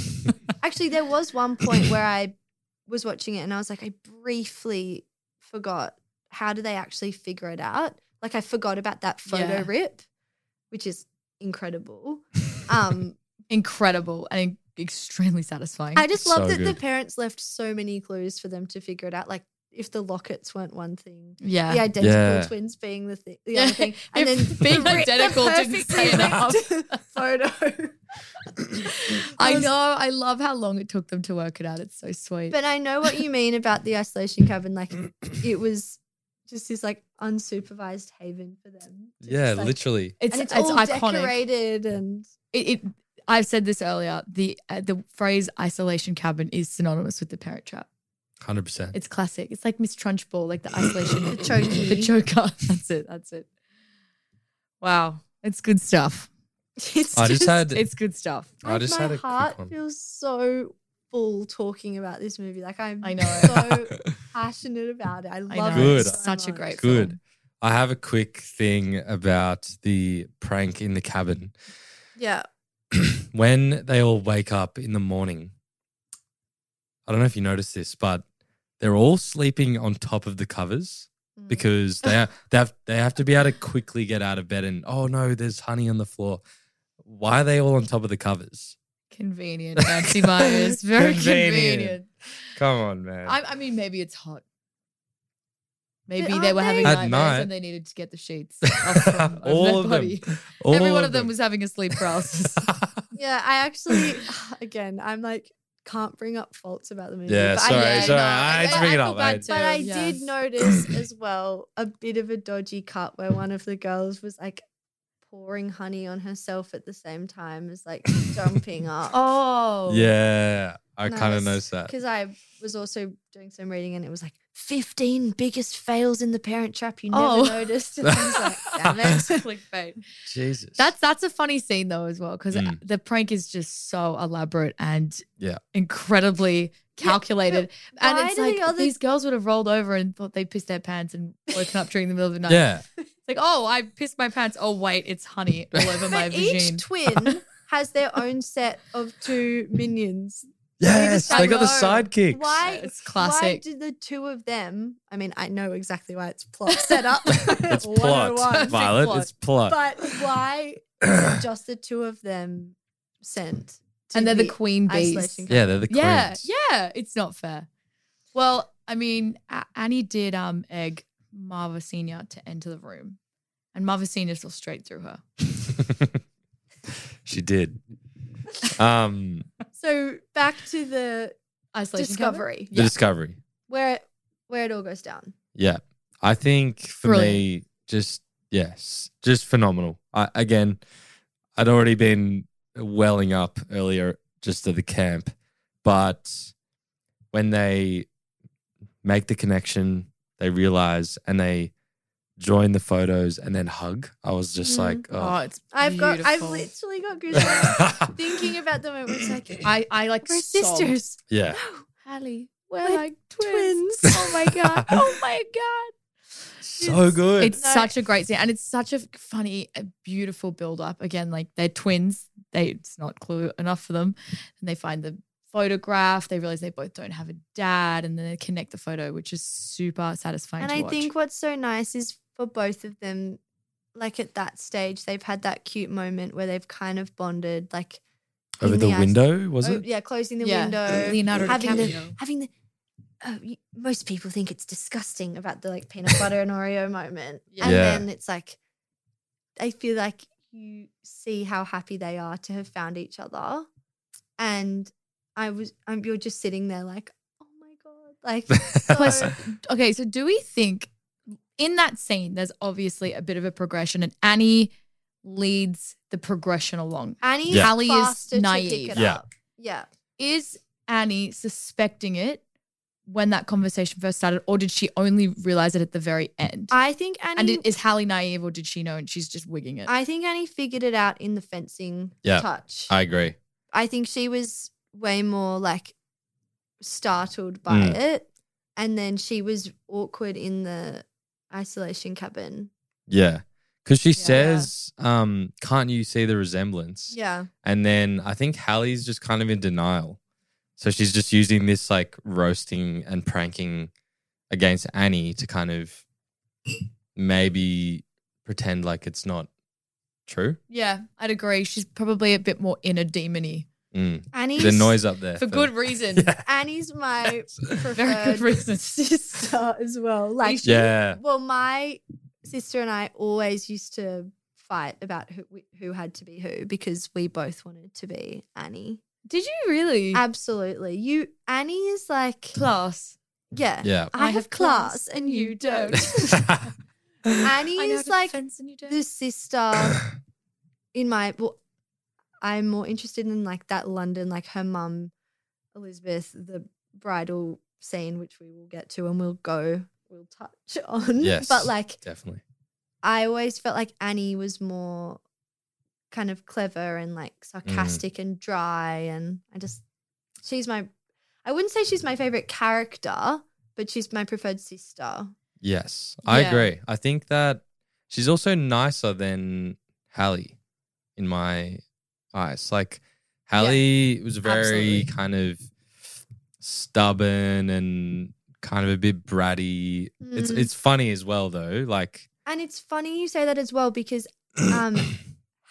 J: actually, there was one point where I was watching it and I was like, I briefly forgot how do they actually figure it out? Like, I forgot about that photo
I: Yeah.
J: rip, which is incredible. Um,
I: Incredible and extremely satisfying.
J: I just love
C: So
J: that the
C: good.
J: parents left so many clues for them to figure it out. Like, if the lockets weren't one thing,
I: yeah.
J: the identical
C: Yeah.
J: twins being the thing, the
I: Yeah.
J: other thing, and
I: If
J: then
I: being
J: the ri- the
I: identical didn't
J: perfectly
I: say enough.
J: ripped photo. Um,
I: I
J: was-
I: know. I love how long it took them to work it out. It's so sweet.
J: But I know what you mean about the isolation cabin. Like it was just this like unsupervised haven for them. to
C: Yeah,
J: just, like-
C: literally.
I: it's
J: And it's,
I: it's,
J: all
I: iconic.
J: decorated and
I: It, it. I've said this earlier. The uh, the phrase isolation cabin is synonymous with the Parent Trap.
C: 100%.
I: It's classic. It's like Miss Trunchbull, like the isolation,
J: The chokey.
I: the choker. That's it. That's it. Wow, it's good stuff.
J: it's
C: I just had.
I: It's good stuff.
C: I
J: like,
C: just
J: my
C: had a quick
J: heart
C: one.
J: feels so full talking about this movie. Like I'm
I: I know.
J: so passionate about it. I
I: I
J: love
I: know.
J: it.
C: Good.
J: so
I: Such a
J: much.
I: great
C: Good.
I: film.
C: I have a quick thing about the prank in the cabin.
J: Yeah.
C: when they all wake up in the morning, I don't know if you noticed this, but they're all sleeping on top of the covers
J: Mm.
C: because they have, they have they have to be able to quickly get out of bed and oh no, there's honey on the floor. Why are they all on top of the covers?
I: Convenient, Nancy Myers. Very
C: Convenient.
I: convenient.
C: Come on, man.
I: I, I mean, maybe it's hot. Maybe
J: But
I: they
J: aren't
I: were having
J: they-
C: At
I: nightmares
C: night.
I: and they needed to get the sheets off from of
C: All
I: their
C: of them.
I: body. Every one of them was having a sleep paralysis.
J: Yeah, I actually again I'm like can't bring up faults about the movie.
C: Yeah,
J: but
C: sorry,
J: I,
I: yeah,
C: sorry.
I: no,
C: I had to
I: I-
C: bring
I: I
C: it
I: feel
C: up.
I: bad
C: I-
I: too.
J: But I
I: Yeah.
J: did notice as well a bit of a dodgy cut where one of the girls was like pouring honey on herself at the same time as like jumping up.
I: oh,
C: yeah, I
J: No,
C: kind of
J: it's-
C: noticed that.
J: Because I was also doing some reading and it was like 15 biggest fails in the parent trap you never
I: Oh.
J: noticed. And I was like, damn it.
I: clickbait.
C: Jesus,
I: That's that's a funny scene though as well because
C: Mm.
I: the prank is just so elaborate and
C: Yeah.
I: incredibly calculated.
J: why
I: and it's
J: do
I: like
J: the other-
I: these girls would have rolled over and thought they pissed their pants and woken up during the middle of the night.
C: yeah,
I: It's like, oh, I pissed my pants. Oh wait, it's honey all over my
J: But each
I: vagina.
J: twin has their own set of two minions.
C: yes.
J: just
C: They got the
J: don't
C: sidekicks.
J: Why?
I: It's
J: Why
I: classic.
J: do the two of them? I mean, I know exactly why it's plot set up.
C: It's plot,
J: 101.
C: Violet.
I: oh plot.
C: It's plot.
J: but why is it just the two of them sent? to
I: and they're the
J: the
I: queen bees.
J: isolation
C: yeah, they're the
I: Yeah,
C: queens.
I: yeah, it's not fair. Well, I mean, A- Annie did um egg Marva Senior to enter the room, and Marva Senior saw straight through her.
C: she did. Um,
J: So back to the
I: Isolation cover?
J: discovery
C: The discovery.
J: where it, where it all goes down.
C: Yeah. I think for me,
I: Brilliant.
C: just yes, just phenomenal. I, again, I'd already been welling up earlier just at the camp, but when they make the connection, they realize and they join the photos and then hug. I was just
J: Mhm.
C: like,
I: Oh,
C: oh,
I: it's
J: I've got I've
I: beautiful.
J: literally got goosebumps thinking about the moment. where It's like
I: I I like
J: we're
I: sobbed.
J: sisters.
C: yeah,
I: Hallie, we're,
J: We're
I: like twins.
J: twins.
I: oh my god! Oh my god!
C: so good.
I: It's
J: No.
I: such a great scene, and it's such a funny, a beautiful build up. Again, like they're twins. They it's not clue enough for them, and they find the photograph. They realize they both don't have a dad, and then they connect the photo, which is super satisfying.
J: And
I: to
J: I
I: watch.
J: think what's so nice is for both of them, like at that stage, they've had that cute moment where they've kind of bonded, like
C: Over
J: in
C: the,
J: ice-
C: window, was
J: oh,
C: it?
J: Yeah, closing the
I: Yeah,
J: window,
I: Leonardo
J: having the
I: DiCaprio.
J: having the. Oh, y- most people think it's disgusting about the like peanut butter and Oreo moment,
I: Yeah.
J: and
C: Yeah.
J: then it's like, I feel like you see how happy they are to have found each other, and I was, um, you're just sitting there like, oh my god, like
I: Plus-
J: so,
I: okay, so do we think in that scene there's obviously a bit of a progression and Annie leads the progression along.
J: Annie,
C: Yeah.
I: Hallie is
J: faster to
I: naive.
J: pick it
C: Yeah.
J: up. yeah.
I: Is Annie suspecting it when that conversation first started, or did she only realize it at the very end?
J: I think
I: and
J: Annie.
I: i- is Hallie naive or did she know and she's just wigging it?
J: I think Annie figured it out in the fencing
C: Yeah.
J: touch. I,
C: I agree.
J: think she was way more like startled by
C: Mm.
J: it, and then she was awkward in the isolation cabin.
C: Yeah. Because she
I: Yeah.
C: says, um, can't you see the resemblance?
J: Yeah,
C: And then I think Hallie's just kind of in denial. So she's just using this like roasting and pranking against Annie to kind of maybe pretend like it's not true.
I: yeah, I'd agree. She's probably a bit more inner demony
C: Mm.
J: Annie's
C: The noise up there.
I: for good reason.
C: Yeah.
J: Annie's my preferred
I: Very good reason.
J: sister as well. Like,
C: Yeah.
J: well, my sister and I always used to fight about who who had to be who because we both wanted to be Annie.
I: Did you really?
J: Absolutely, you Annie is like
I: class.
J: yeah.
C: Yeah.
J: I, have, class, and you don't. Annie
I: I know
J: is
I: how to
J: like
I: fence and you don't.
J: the sister in my. Well, I'm more interested in like that London, like her mum, Elizabeth, the bridal scene, which we will get to and we'll go, we'll touch on.
C: Yes.
J: But like,
C: Definitely.
J: I always felt like Annie was more kind of clever and like sarcastic and dry. And I just, she's my, I wouldn't say she's my favorite character, but she's my preferred sister.
C: Yes. I
I: Yeah.
C: agree. I think that she's also nicer than Hallie in my eyes. Like Hallie was very
I: absolutely.
C: kind of stubborn and kind of a bit bratty. It's
J: Mm.
C: it's funny as well though. Like
J: And it's funny you say that as well because um,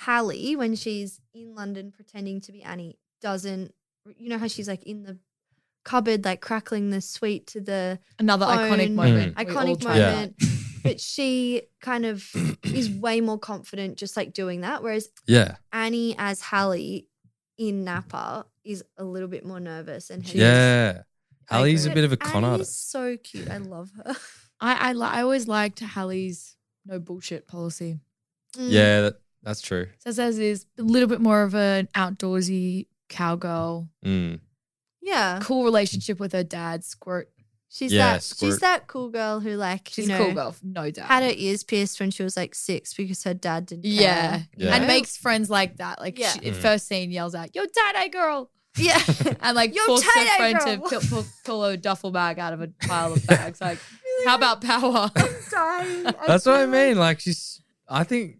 J: Hallie, when she's in London pretending to be Annie, doesn't. You know how she's like in the cupboard, like crackling the sweet to the
I: Another iconic
J: phone,
I: moment. we all
J: Iconic
I: try.
C: Mm. Yeah.
J: moment. But she kind of is way more confident just like doing that. Whereas
C: yeah.
J: Annie as Hallie
C: Mm.
J: in Napa is a little bit more nervous and heady.
C: Yeah. Hallie's a
J: But
C: bit of a con
J: Annie is
C: artist.
J: so cute. I love her.
I: I I, li- I always liked Hallie's no bullshit policy.
J: Mm.
C: Yeah, that, that's true.
I: So says is a little bit more of an outdoorsy cowgirl.
C: Mm.
J: Yeah.
I: Cool relationship with her dad. Squirt.
J: She's
C: Yeah,
J: that
C: squirt.
J: she's that cool girl who like
I: She's
J: you
I: a
J: know,
I: cool girl, no doubt.
J: had her ears pierced when she was like six because her dad didn't. care.
I: yeah.
C: Yeah.
I: and makes friends like that. Like
J: Yeah.
I: she, at
C: Mm.
I: first scene yells out, "Yo, tie dye girl!"
J: yeah.
I: and like
J: Yo,
I: forces her
J: tie-dye
I: friend
J: girl.
I: to pull, pull, pull a duffel bag out of a pile of bags. Like, how about power?
J: Dying.
C: That's what I
J: feel like-
C: mean. Like she's I think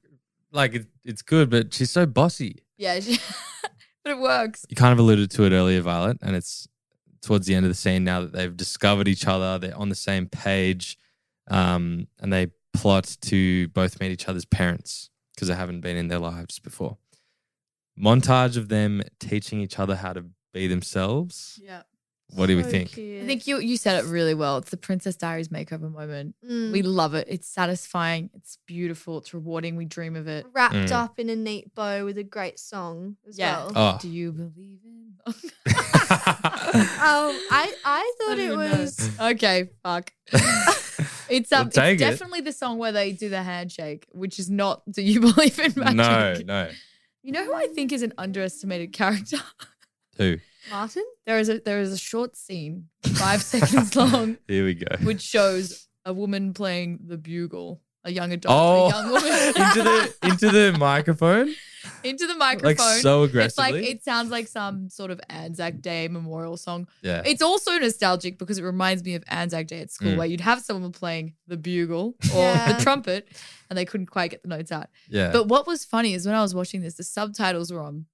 C: like it, it's good, but she's so bossy.
I: yeah, she- but it works.
C: you kind of alluded to it earlier, Violet, and it's towards the end of the scene now that they've discovered each other, they're on the same page, um, and they plot to both meet each other's parents because they haven't been in their lives before. Montage of them teaching each other how to be themselves
I: Yeah,
C: What do we
J: So
C: think?
J: cute.
I: I think you you said it really well. It's the Princess Diaries makeover moment.
J: Mm.
I: We love it. It's satisfying. It's beautiful. It's rewarding. We dream of it.
J: wrapped
C: Mm.
J: up in a neat bow with a great song as well.
C: Oh.
I: Do you believe in? um,
J: Um, I I thought it was
I: okay. Fuck. It's
C: We'll
I: um,
C: take it.
I: it's definitely the song where they do the handshake, which is not "Do You Believe in
C: no,
I: Magic."
C: no.
I: You know who I think is an underestimated character?
C: Two.
J: Martin.
I: There is a there is a short scene, five seconds long,
C: Here we go.
I: which shows a woman playing the bugle, a young adult,
C: oh,
I: a young woman
C: into the into the microphone,
I: into the microphone.
C: like so
I: it's
C: aggressively.
I: like it sounds like some sort of Anzac Day memorial song.
C: yeah.
I: It's also nostalgic because it reminds me of Anzac Day at school,
C: Mm.
I: where you'd have someone playing the bugle or
J: Yeah.
I: the trumpet, and they couldn't quite get the notes out.
C: yeah.
I: But what was funny is when I was watching this, the subtitles were on.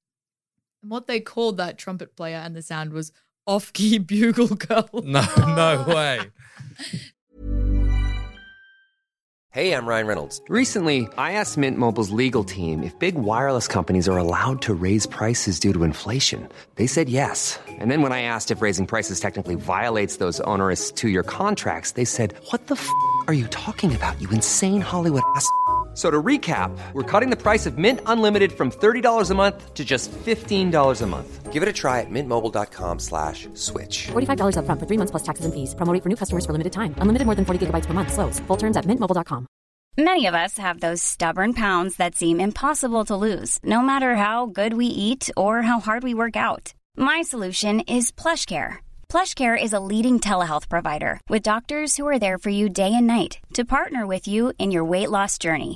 I: And what they called that trumpet player and the sound was off key bugle girl.
C: no, no way.
A: Hey, I'm Ryan Reynolds. Recently, I asked Mint Mobile's legal team if big wireless companies are allowed to raise prices due to inflation. They said yes. And then when I asked if raising prices technically violates those onerous two year contracts, they said, What the f are you talking about, you insane Hollywood ass? f- So to recap, we're cutting the price of Mint Unlimited from $30 a month to just $15 a month. Give it a try at mintmobile.com slash switch.
B: $45 up front for three months plus taxes and fees. Promoting for new customers for limited time. Unlimited more than 40 gigabytes per month. Slows. Full terms at mintmobile.com.
K: Many of us have those stubborn pounds that seem impossible to lose, no matter how good we eat or how hard we work out. My solution is PlushCare. PlushCare is a leading telehealth provider with doctors who are there for you day and night to partner with you in your weight loss journey.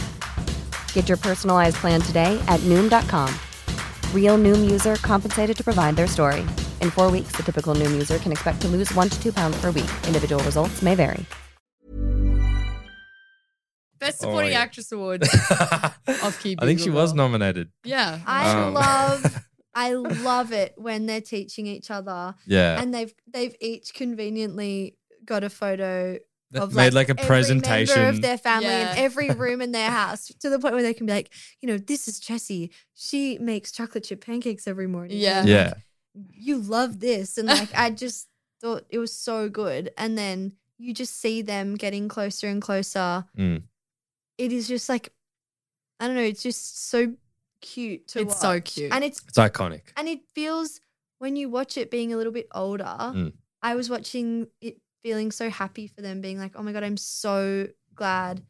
L: Get your personalized plan today at Noom.com. Real Noom user compensated to provide their story. In four weeks, the typical Noom user can expect to lose one to two pounds per week. Individual results may vary.
I: Best
C: Oh,
I: Supporting
C: yeah.
I: Actress Awards. off key.
C: I think she
I: bugle
C: was
I: girl.
C: nominated.
I: Yeah.
J: I
C: Um,
J: love I love it when they're teaching each other.
C: Yeah.
J: And they've they've each convenient got a photo
C: That
J: of
C: made, like, a
J: every member
C: presentation.
J: of their family
I: Yeah.
J: in every room in their house to the point where they can be like, you know, this is Jessie. She makes chocolate chip pancakes every morning.
I: Yeah.
J: And,
C: Yeah.
J: like, you love this. And like I just thought it was so good. And then you just see them getting closer and closer.
C: Mm.
J: It is just like I don't know, it's just so cute to
I: It's so
J: watch.
I: cute.
J: And it's
C: It's iconic.
J: and it feels when you watch it being a little bit older.
C: Mm.
J: I was watching it feeling so happy for them, being like, "Oh my god, I'm so glad."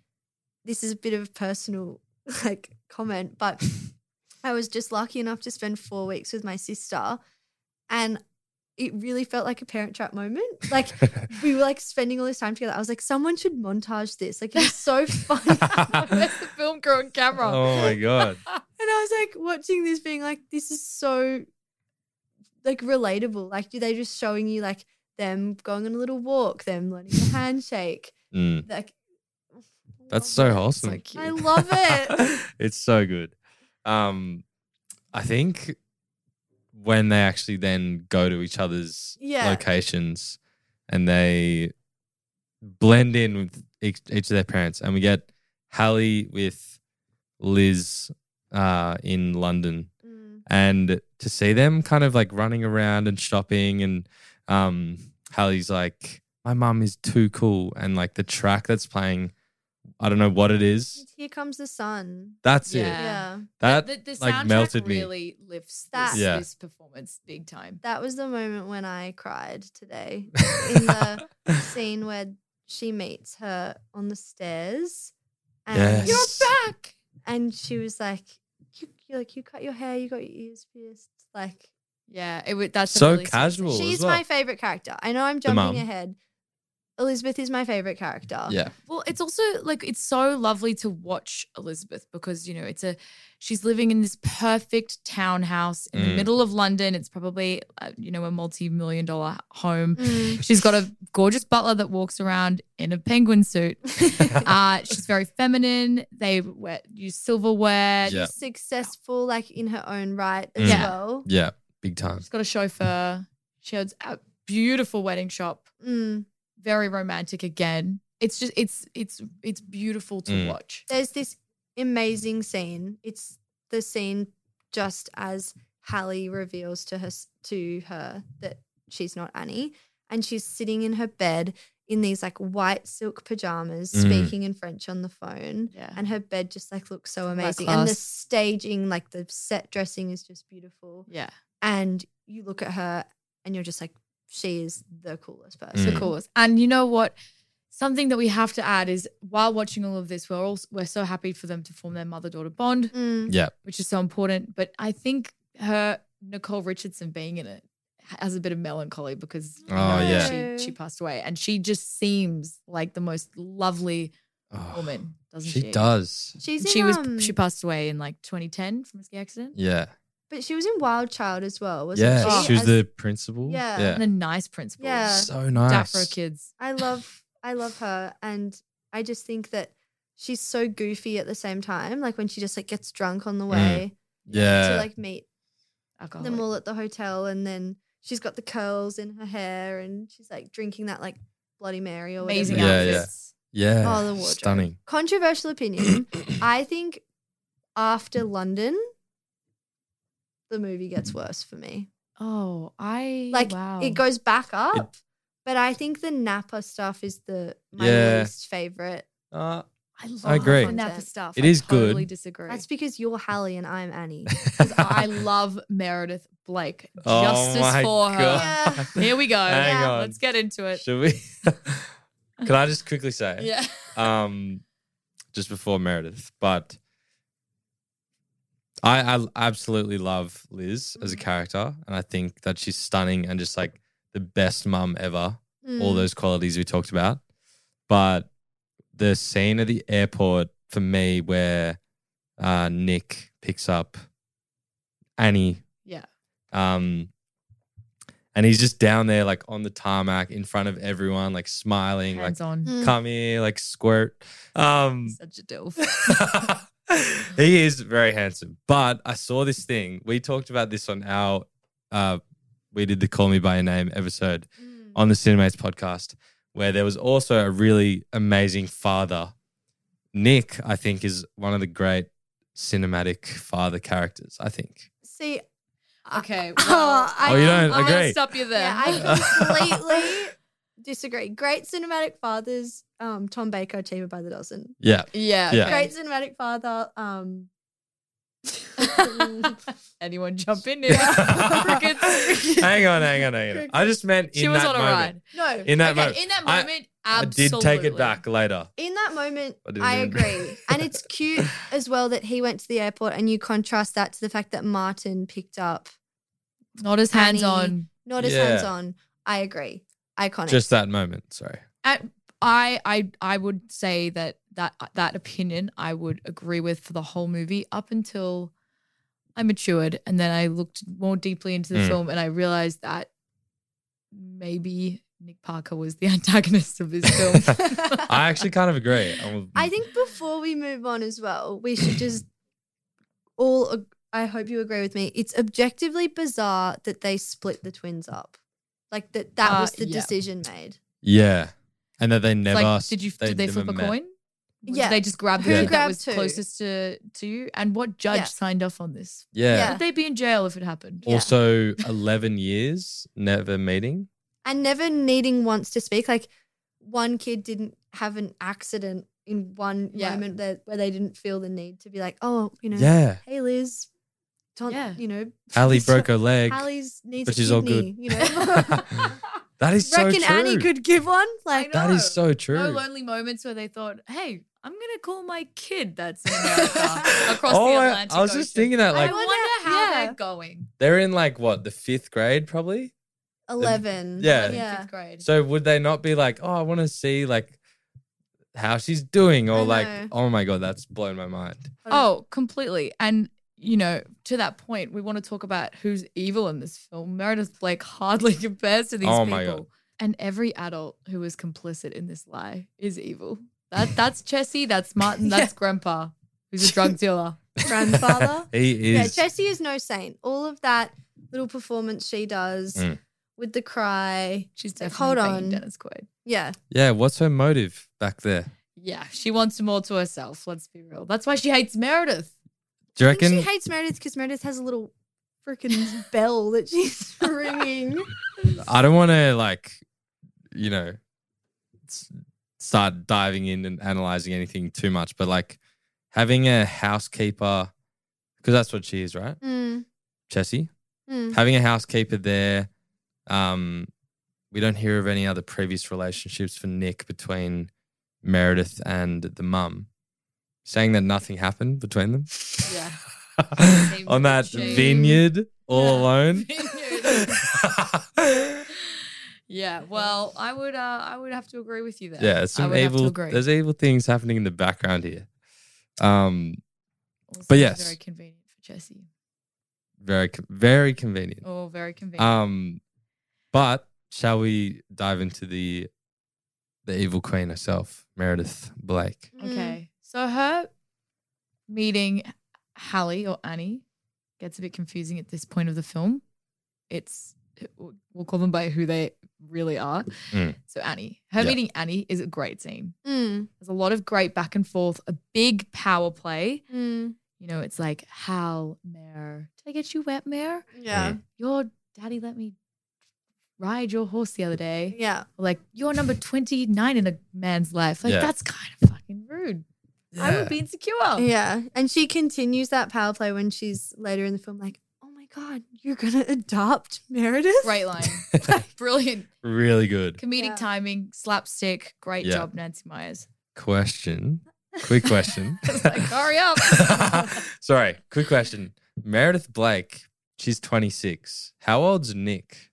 J: This is a bit of a personal like comment, but I was just lucky enough to spend four weeks with my sister, and it really felt like a parent trap moment. Like we were like spending all this time together. I was like, someone should montage this. Like it's so funny.
I: Best film girl on camera.
C: Oh my god.
J: And I was like watching this, being like, this is so like relatable. Like they just showing you like them going on a little walk, them learning the handshake.
C: Mm.
J: Like oh,
C: That's so wholesome.
J: I love it.
C: it's so good. Um, I think when they actually then go to each other's
J: Yeah.
C: locations and they blend in with each, each of their parents, and we get Hallie with Liz uh, in London,
J: mm.
C: and to see them kind of like running around and shopping, and um, Hallie's like my mum is too cool. And like the track that's playing, I don't know what it is.
J: Here comes the sun.
C: That's it.
J: Yeah.
C: That
I: the, the
C: like
I: soundtrack
C: melted me.
I: really lifts
J: That-
I: this,
C: Yeah.
I: this performance big time.
J: That was the moment when I cried today in the scene where she meets her on the stairs. And
C: Yes.
I: You're back.
J: And she was like, you, you like you cut your hair, you got your ears pierced, like
I: Yeah, it would. That's a
C: So
I: really sweet-
C: casual as
J: She's
C: well.
J: my favorite character. I know I'm
C: The mum.
J: jumping ahead. Elizabeth is my favorite character.
C: Yeah.
I: Well, it's also like it's so lovely to watch Elizabeth because you know it's a she's living in this perfect townhouse in the
M: Mm.
I: middle of London. It's probably uh, you know a multi-million dollar home.
J: Mm.
I: She's got a gorgeous butler that walks around in a penguin suit. uh, she's very feminine. They wear use silverware.
C: Yeah.
J: Successful, like in her own right as
C: Yeah.
J: well.
C: Yeah, big time.
J: Mm-hmm.
I: She's got a chauffeur. She has a beautiful wedding shop.
J: Mm.
I: Very romantic again. It's just it's it's it's beautiful to
J: Mm.
I: watch.
J: There's this amazing scene. It's the scene just as Hallie reveals to her to her that she's not Annie, and she's sitting in her bed in these like white silk pajamas,
I: Mm.
J: speaking in French on the phone,
I: Yeah.
J: and her bed just like looks so
I: my
J: amazing, and the
I: class.
J: staging, like the set dressing, is just beautiful.
I: Yeah.
J: And you look at her, and you're just like, she is the coolest
I: It's
J: person.
I: the coolest. And you know what? Something that we have to add is while watching all of this, we're all we're so happy for them to form their mother daughter bond,
J: Mm.
C: Yeah.
I: which is so important. But I think her Nicole Richardson being in it has a bit of melancholy because you
C: Oh,
I: know,
C: yeah.
I: she, she passed away, and she just seems like the most lovely woman, doesn't she?
C: Oh, She does.
J: She's
I: she
J: in,
I: was
J: um,
I: she passed away in like 2010 from a ski accident.
C: Yeah.
J: But she was in Wild Child as well, wasn't
C: Yeah.
J: she?
C: She was
J: As-
C: the principal.
J: Yeah. uh,
I: And a nice principal.
J: Yeah.
C: So
I: Dapper
C: nice.
I: kids.
J: I love I love her and I just think that she's so goofy at the same time. Like when she just like gets drunk on the way to
C: Yeah.
J: like meet them all at the hotel and then she's got the curls in her hair and she's like drinking that like Bloody Mary or whatever.
I: Amazing
C: Yeah,
I: outfits.
C: yeah. Yeah.
J: Oh, the wardrobe.
C: Stunning.
J: Controversial opinion. I think after London, the movie gets worse for me.
I: Oh, I
J: Like
I: wow.
J: it goes back up, but I think the Napa stuff is the my
C: Yeah.
J: least favorite.
C: Uh,
I: I love
C: agree.
I: the Napa stuff.
C: It
I: I
C: is good.
I: totally disagree.
J: That's because you're Hallie and I'm Annie.
I: 'Cause I love Meredith Blake.
C: Oh
I: Justice
C: my
I: for her.
C: God. Yeah.
I: Here we go.
C: Hang
I: yeah,
C: on.
I: let's get into it.
C: Should we? Can I just quickly say?
I: Yeah.
C: Um, just before Meredith, but I, I absolutely love Liz
I: Mm.
C: as a character, and I think that she's stunning and just like the best mum ever. All
N: Mm.
C: those qualities we talked about, but the scene at the airport for me where uh, Nick picks up Annie
I: Yeah.
C: um, and he's just down there, like on the tarmac in front of everyone, like smiling,
I: Hands
C: like,
J: Hmm.
I: on. Mm.
C: come here, like squirt. Um,
I: Such a dilf.
C: he is very handsome. But I saw this thing. We talked about this on our, uh, we did the Call Me By Your Name episode
J: mm.
C: on the Cinemates podcast, where there was also a really amazing father. Nick, I think, is one of the great cinematic father characters, I think.
J: See,
I: okay.
J: well,
C: Oh, you don't
I: I'm
C: agree.
I: gonna stop you there.
J: yeah, I completely disagree. Great cinematic fathers, um, Tom Baker, cheaper by the dozen.
C: Yeah.
I: Yeah, okay.
J: Great cinematic father, um,
I: Anyone jump in here? Crickets.
C: hang on, hang on, hang on. I just meant in
I: She was on
C: that
I: a
C: moment.
I: ride.
J: No.
C: In that
I: Okay,
C: moment.
I: in that
C: I-
I: moment,
C: I, did take it
I: absolutely.
C: back later.
J: In that moment,
C: I didn't
J: I
C: even-
J: agree. and it's cute as well that he went to the airport and you contrast that to the fact that Martin picked up.
I: Not as
J: Annie,
I: hands on.
J: Not as
C: Yeah.
J: hands on. I agree. Iconic.
C: Just that moment. Sorry.
I: At, I I I would say that that that opinion I would agree with for the whole movie up until I matured and then I looked more deeply into the
C: Mm.
I: film and I realized that maybe Nick Parker was the antagonist of this film.
C: I actually kind of agree. Um, I will-
J: I think before we move on as well, we should just all. ag- I hope you agree with me. It's objectively bizarre that they split the twins up, like that. That
I: Uh,
J: was the
I: yeah.
J: decision made.
C: yeah. And that they never.
I: like, did you did they
C: never
I: flip a
C: met.
I: coin? Or
J: Yeah.
I: Did they just grab the
C: Who
I: kid that
J: grabbed
I: was
J: who?
I: closest to, to you? And what judge
J: Yeah.
I: signed off on this?
C: Yeah.
J: Yeah.
I: Would they be in jail if it happened?
C: Also, 11 years never meeting.
J: and never needing once to speak. Like one kid didn't have an accident in one
I: Yeah.
J: moment that where they didn't feel the need to be like, oh, you know,
C: Yeah.
J: hey Liz, don't you know,
C: Allie broke her leg,
J: Allie's needs
C: but
J: a
C: she's all
J: kidney,
C: good.
J: You know,
C: That is so
J: reckon
C: true.
J: Annie could give one. Like
C: That is so true.
I: No lonely Oh, moments where they thought, "Hey, I'm gonna call my kid." That's in America across
C: Oh,
I: the
C: I-
I: Atlantic.
C: I was just thinking that, like-
I: I
C: I
I: wonder,
C: wonder-
I: how
J: yeah.
I: they're going.
C: They're in like what the fifth grade, probably.
J: eleven.
C: Yeah.
J: yeah.
I: Fifth grade.
C: So would they not be like, oh, I want to see like how she's doing, or
J: I
C: like,
J: know.
C: oh my god, that's blown my mind.
I: Oh, completely. And you know, to that point, we want to talk about who's evil in this film. Meredith Blake hardly compares to these people.
C: Oh my God.
I: And every adult who is complicit in this lie is evil. That that's Chessie, that's Martin, that's Grandpa, who's a drug dealer.
J: Grandfather.
C: he
J: Yeah,
C: is.
J: Chessie is no saint. All of that little performance she does
C: Mm.
J: with the cry.
I: She's
J: like,
I: definitely
J: hold
I: banging
J: on.
I: Dennis Quaid.
J: Yeah.
C: yeah, what's her motive back there?
I: Yeah, she wants him all to herself. Let's be real. That's why she hates Meredith.
C: Do you
J: I think
C: reckon?
J: she hates Meredith because Meredith has a little freaking bell that she's
C: Mm,
J: ringing.
C: I don't want to like, you know, s- start diving in and analyzing anything too much, but like having a housekeeper, because that's what she is, right?
J: Mm,
C: Chessie.
I: Mm-hmm.
J: mm.
C: having a housekeeper there. Um, we don't hear of any other previous relationships for Nick between Meredith and the mum. Saying that nothing happened between them
I: Yeah.
C: on that
I: shame.
C: vineyard all
I: Yeah.
C: alone.
I: yeah. Well, I would. Uh, I would have to agree with you there.
C: yeah,
I: I
C: some
I: would have to
C: evil.
I: agree.
C: There's evil things happening in the background here. Um,
I: Also,
C: but
I: it's
C: yes.
I: very convenient for Jesse.
C: very, con- very convenient.
I: Oh, very convenient.
C: Um, but shall we dive into the the evil queen herself, Meredith Blake?
J: Mm.
I: okay. So her meeting Hallie or Annie gets a bit confusing at this point of the film. It's we'll call them by who they really are.
C: Mm.
I: So Annie, her
C: Yeah.
I: meeting Annie is a great scene.
J: Mm,
I: There's a lot of great back and forth, a big power play.
J: mm.
I: You know, it's like, Hal, Mare, did I get you wet, Mare?
J: Yeah.
I: Your daddy let me ride your horse the other day.
J: Yeah.
I: Or like, you're number 29 in a man's life. Like,
C: Yeah.
I: that's kind of fucking rude. I would be insecure.
J: Oh. Yeah. And she continues that power play when she's later in the film, like, oh my God, you're going to adopt Meredith?
I: Great line. Brilliant.
C: Really good.
I: Comedic
J: Yeah.
I: timing, slapstick. Great
C: Yeah.
I: job, Nancy Myers.
C: Question. Quick question.
I: It's like, hurry up.
C: Sorry, quick question. Meredith Blake, she's 26. How old's Nick?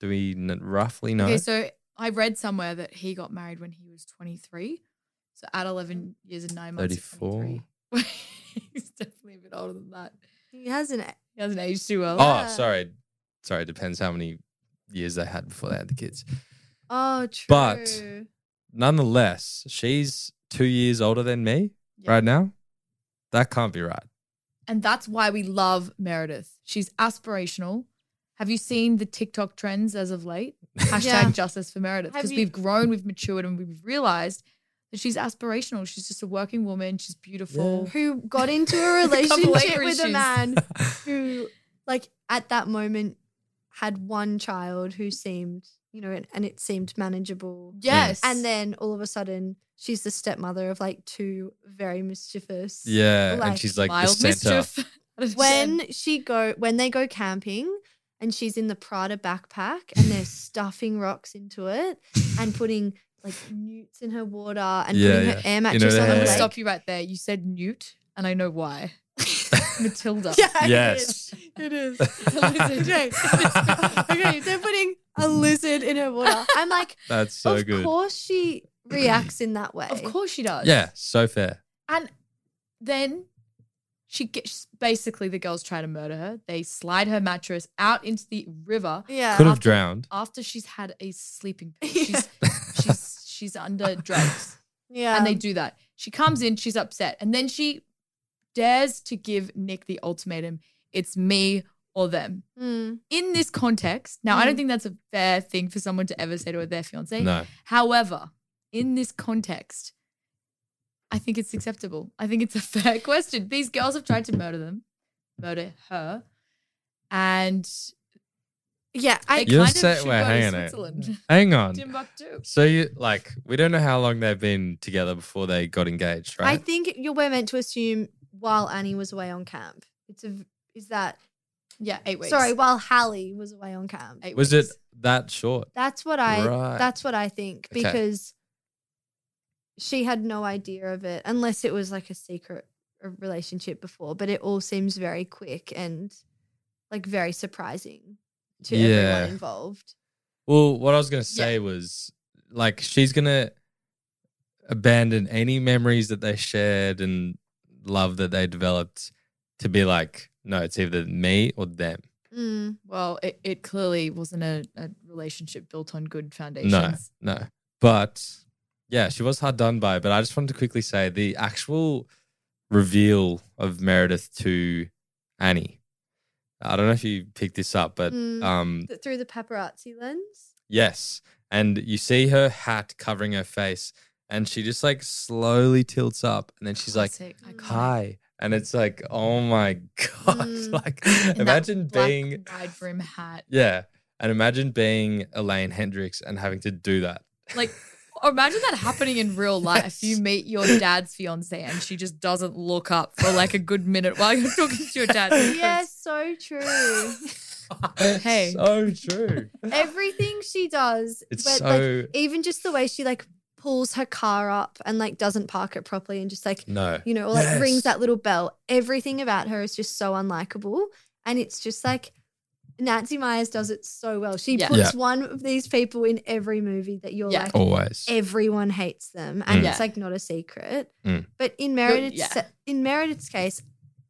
C: Do we n- roughly know?
I: Oh. Okay, so I read somewhere that he got married when he was 23. So at 11 years and nine months.
C: 34.
I: he's 23. He's definitely a bit older than that.
J: He has an. e-,
I: He hasn't aged too well.
C: Oh, sorry. Sorry, depends how many years they had before they had the kids.
J: Oh, true.
C: But- Nonetheless, she's two years older than me
I: Yeah.
C: right now. That can't be right.
I: And that's why we love Meredith. She's aspirational. Have you seen the TikTok trends as of late? Hashtag
J: Yeah.
I: justice for Meredith.
J: Have
I: Because
J: you-
I: we've grown, we've matured, and we've realized that she's aspirational. She's just a working woman. She's beautiful.
J: who got into a
I: A couple
J: relationship
I: later
J: with a
I: issues.
J: man who, like, at that moment had one child who seemed, you know, and, and it seemed manageable.
I: Yes.
J: And then all of a sudden, she's the stepmother of like two very mischievous.
C: Yeah.
J: Like,
C: and she's like the
I: mild
C: center.
I: mischief.
J: When she go when they go camping and she's in the Prada backpack and they're stuffing rocks into it and putting like newts in her water and
C: Yeah,
J: putting
C: yeah.
J: her air
C: In
J: mattress
C: her
I: I'm
J: on. I'm
I: gonna
C: Yeah.
J: like,
I: stop you right there. You said Newt, and I know why. Matilda.
J: Yeah,
C: Yes.
J: It is. okay. okay, they're putting a lizard in her water. I'm like,
C: That's Mm-hmm. so
J: of
C: good.
J: course she reacts in that way.
I: Of course she does.
C: Yeah, so fair.
I: And then she gets basically the girls try to murder her. They slide her mattress out into the river
J: Yeah.
C: Could have drowned.
I: after she's had a sleeping pill.
J: Yeah.
I: She's she's she's under drugs.
J: yeah.
I: And they do that. She comes in, she's upset, and then she dares to give Nick the ultimatum. It's me or them.
J: Mm.
I: In this context, now I
J: Mm.
I: don't think that's a fair thing for someone to ever say to their fiance.
C: No.
I: However, in this context, I think it's acceptable. I think it's a fair question. These girls have tried to murder them, murder her, and
J: Yeah, I
I: They
C: You're
I: kind of
C: set-
I: should
C: wait,
I: go to
C: hang on a-
I: Switzerland.
C: Hang on.
I: Timbuktu.
C: So you like we don't know how long they've been together before they got engaged,
J: I
C: right?
J: think you were meant to assume while Annie was away on camp. It's a is that
I: yeah eight weeks.
J: Sorry, while Hallie was away on camp.
I: Eight
C: was it that short?
J: That's what I
C: Right.
J: that's what I think
C: Okay.
J: because she had no idea of it unless it was like a secret uh, relationship before, but it all seems very quick and like very surprising to
C: Yeah.
J: everyone involved.
C: Well, what I was gonna say was like she's gonna abandon any memories that they shared and love that they developed to be like, no, it's either me or them.
J: Mm.
I: Well, it, it clearly wasn't a, a relationship built on good foundations.
C: No, no. But yeah, she was hard done by. But I just wanted to quickly say the actual reveal of Meredith to Annie. I don't know if you picked this up, but
J: Mm.
C: um,
J: Th- through the paparazzi lens.
C: yes. And you see her hat covering her face, and she just like slowly tilts up, and then she's
I: Classic,
C: like, "Hi," and it's like, "Oh my god!" like,
I: Mm. And that
C: imagine
I: black
C: being
I: wide brim hat.
C: yeah, and imagine being Elaine Hendricks and having to do that.
I: Like, imagine that happening in real life. You meet your dad's fiance and she just doesn't look up for like a good minute while you're talking to your dad.
J: yeah, so true.
I: Hey.
C: So true.
J: Everything she does,
C: It's
J: but
C: so-
J: like even just the way she like pulls her car up and like doesn't park it properly and just like
C: No.
J: you know, or, like
C: Yes.
J: rings that little bell. Everything about her is just so unlikable, and it's just like Nancy Myers does it so well. She
I: Yeah.
J: puts
C: Yeah.
J: one of these people in every movie that you're
I: Yeah.
J: like,
C: Always.
J: everyone hates them, and
C: Mm.
J: it's like not a secret.
C: Mm.
J: But in Meredith's
I: yeah.
J: in Meredith's case,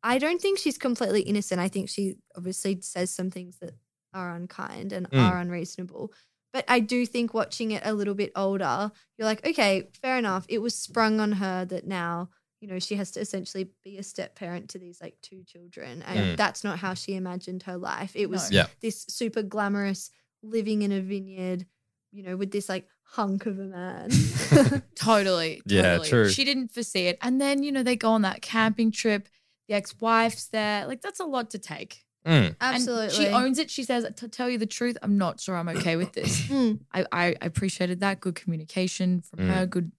J: I don't think she's completely innocent. I think she obviously says some things that are unkind and
C: Mm.
J: are unreasonable. But I do think watching it a little bit older, you're like, okay, fair enough. It was sprung on her that now, you know, she has to essentially be a step parent to these like two children. And
C: Mm.
J: that's not how she imagined her life. It was
C: No. Yeah.
J: this super glamorous living in a vineyard, you know, with this like hunk of a man.
I: Totally.
C: Yeah,
I: totally.
C: true.
I: She didn't foresee it. And then, you know, they go on that camping trip. The ex wife's there. Like, that's a lot to take.
C: Mm.
I: And
J: Absolutely.
I: she owns it. She says, to tell you the truth, I'm not sure I'm okay with this.
J: Mm.
I: I, I appreciated that. Good communication from
C: Mm.
I: her, good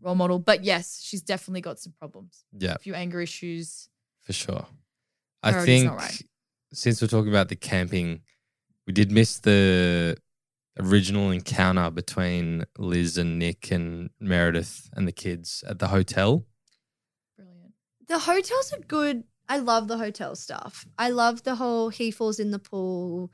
I: role model. But yes, she's definitely got some problems.
C: Yeah,
I: A few anger issues.
C: for sure. I
I: Priorities
C: think
I: not right.
C: since we're talking about the camping, we did miss the original encounter between Liz and Nick and Meredith and the kids at the hotel.
I: Brilliant.
J: The hotels are good. I love the hotel stuff. I love the whole he falls in the pool.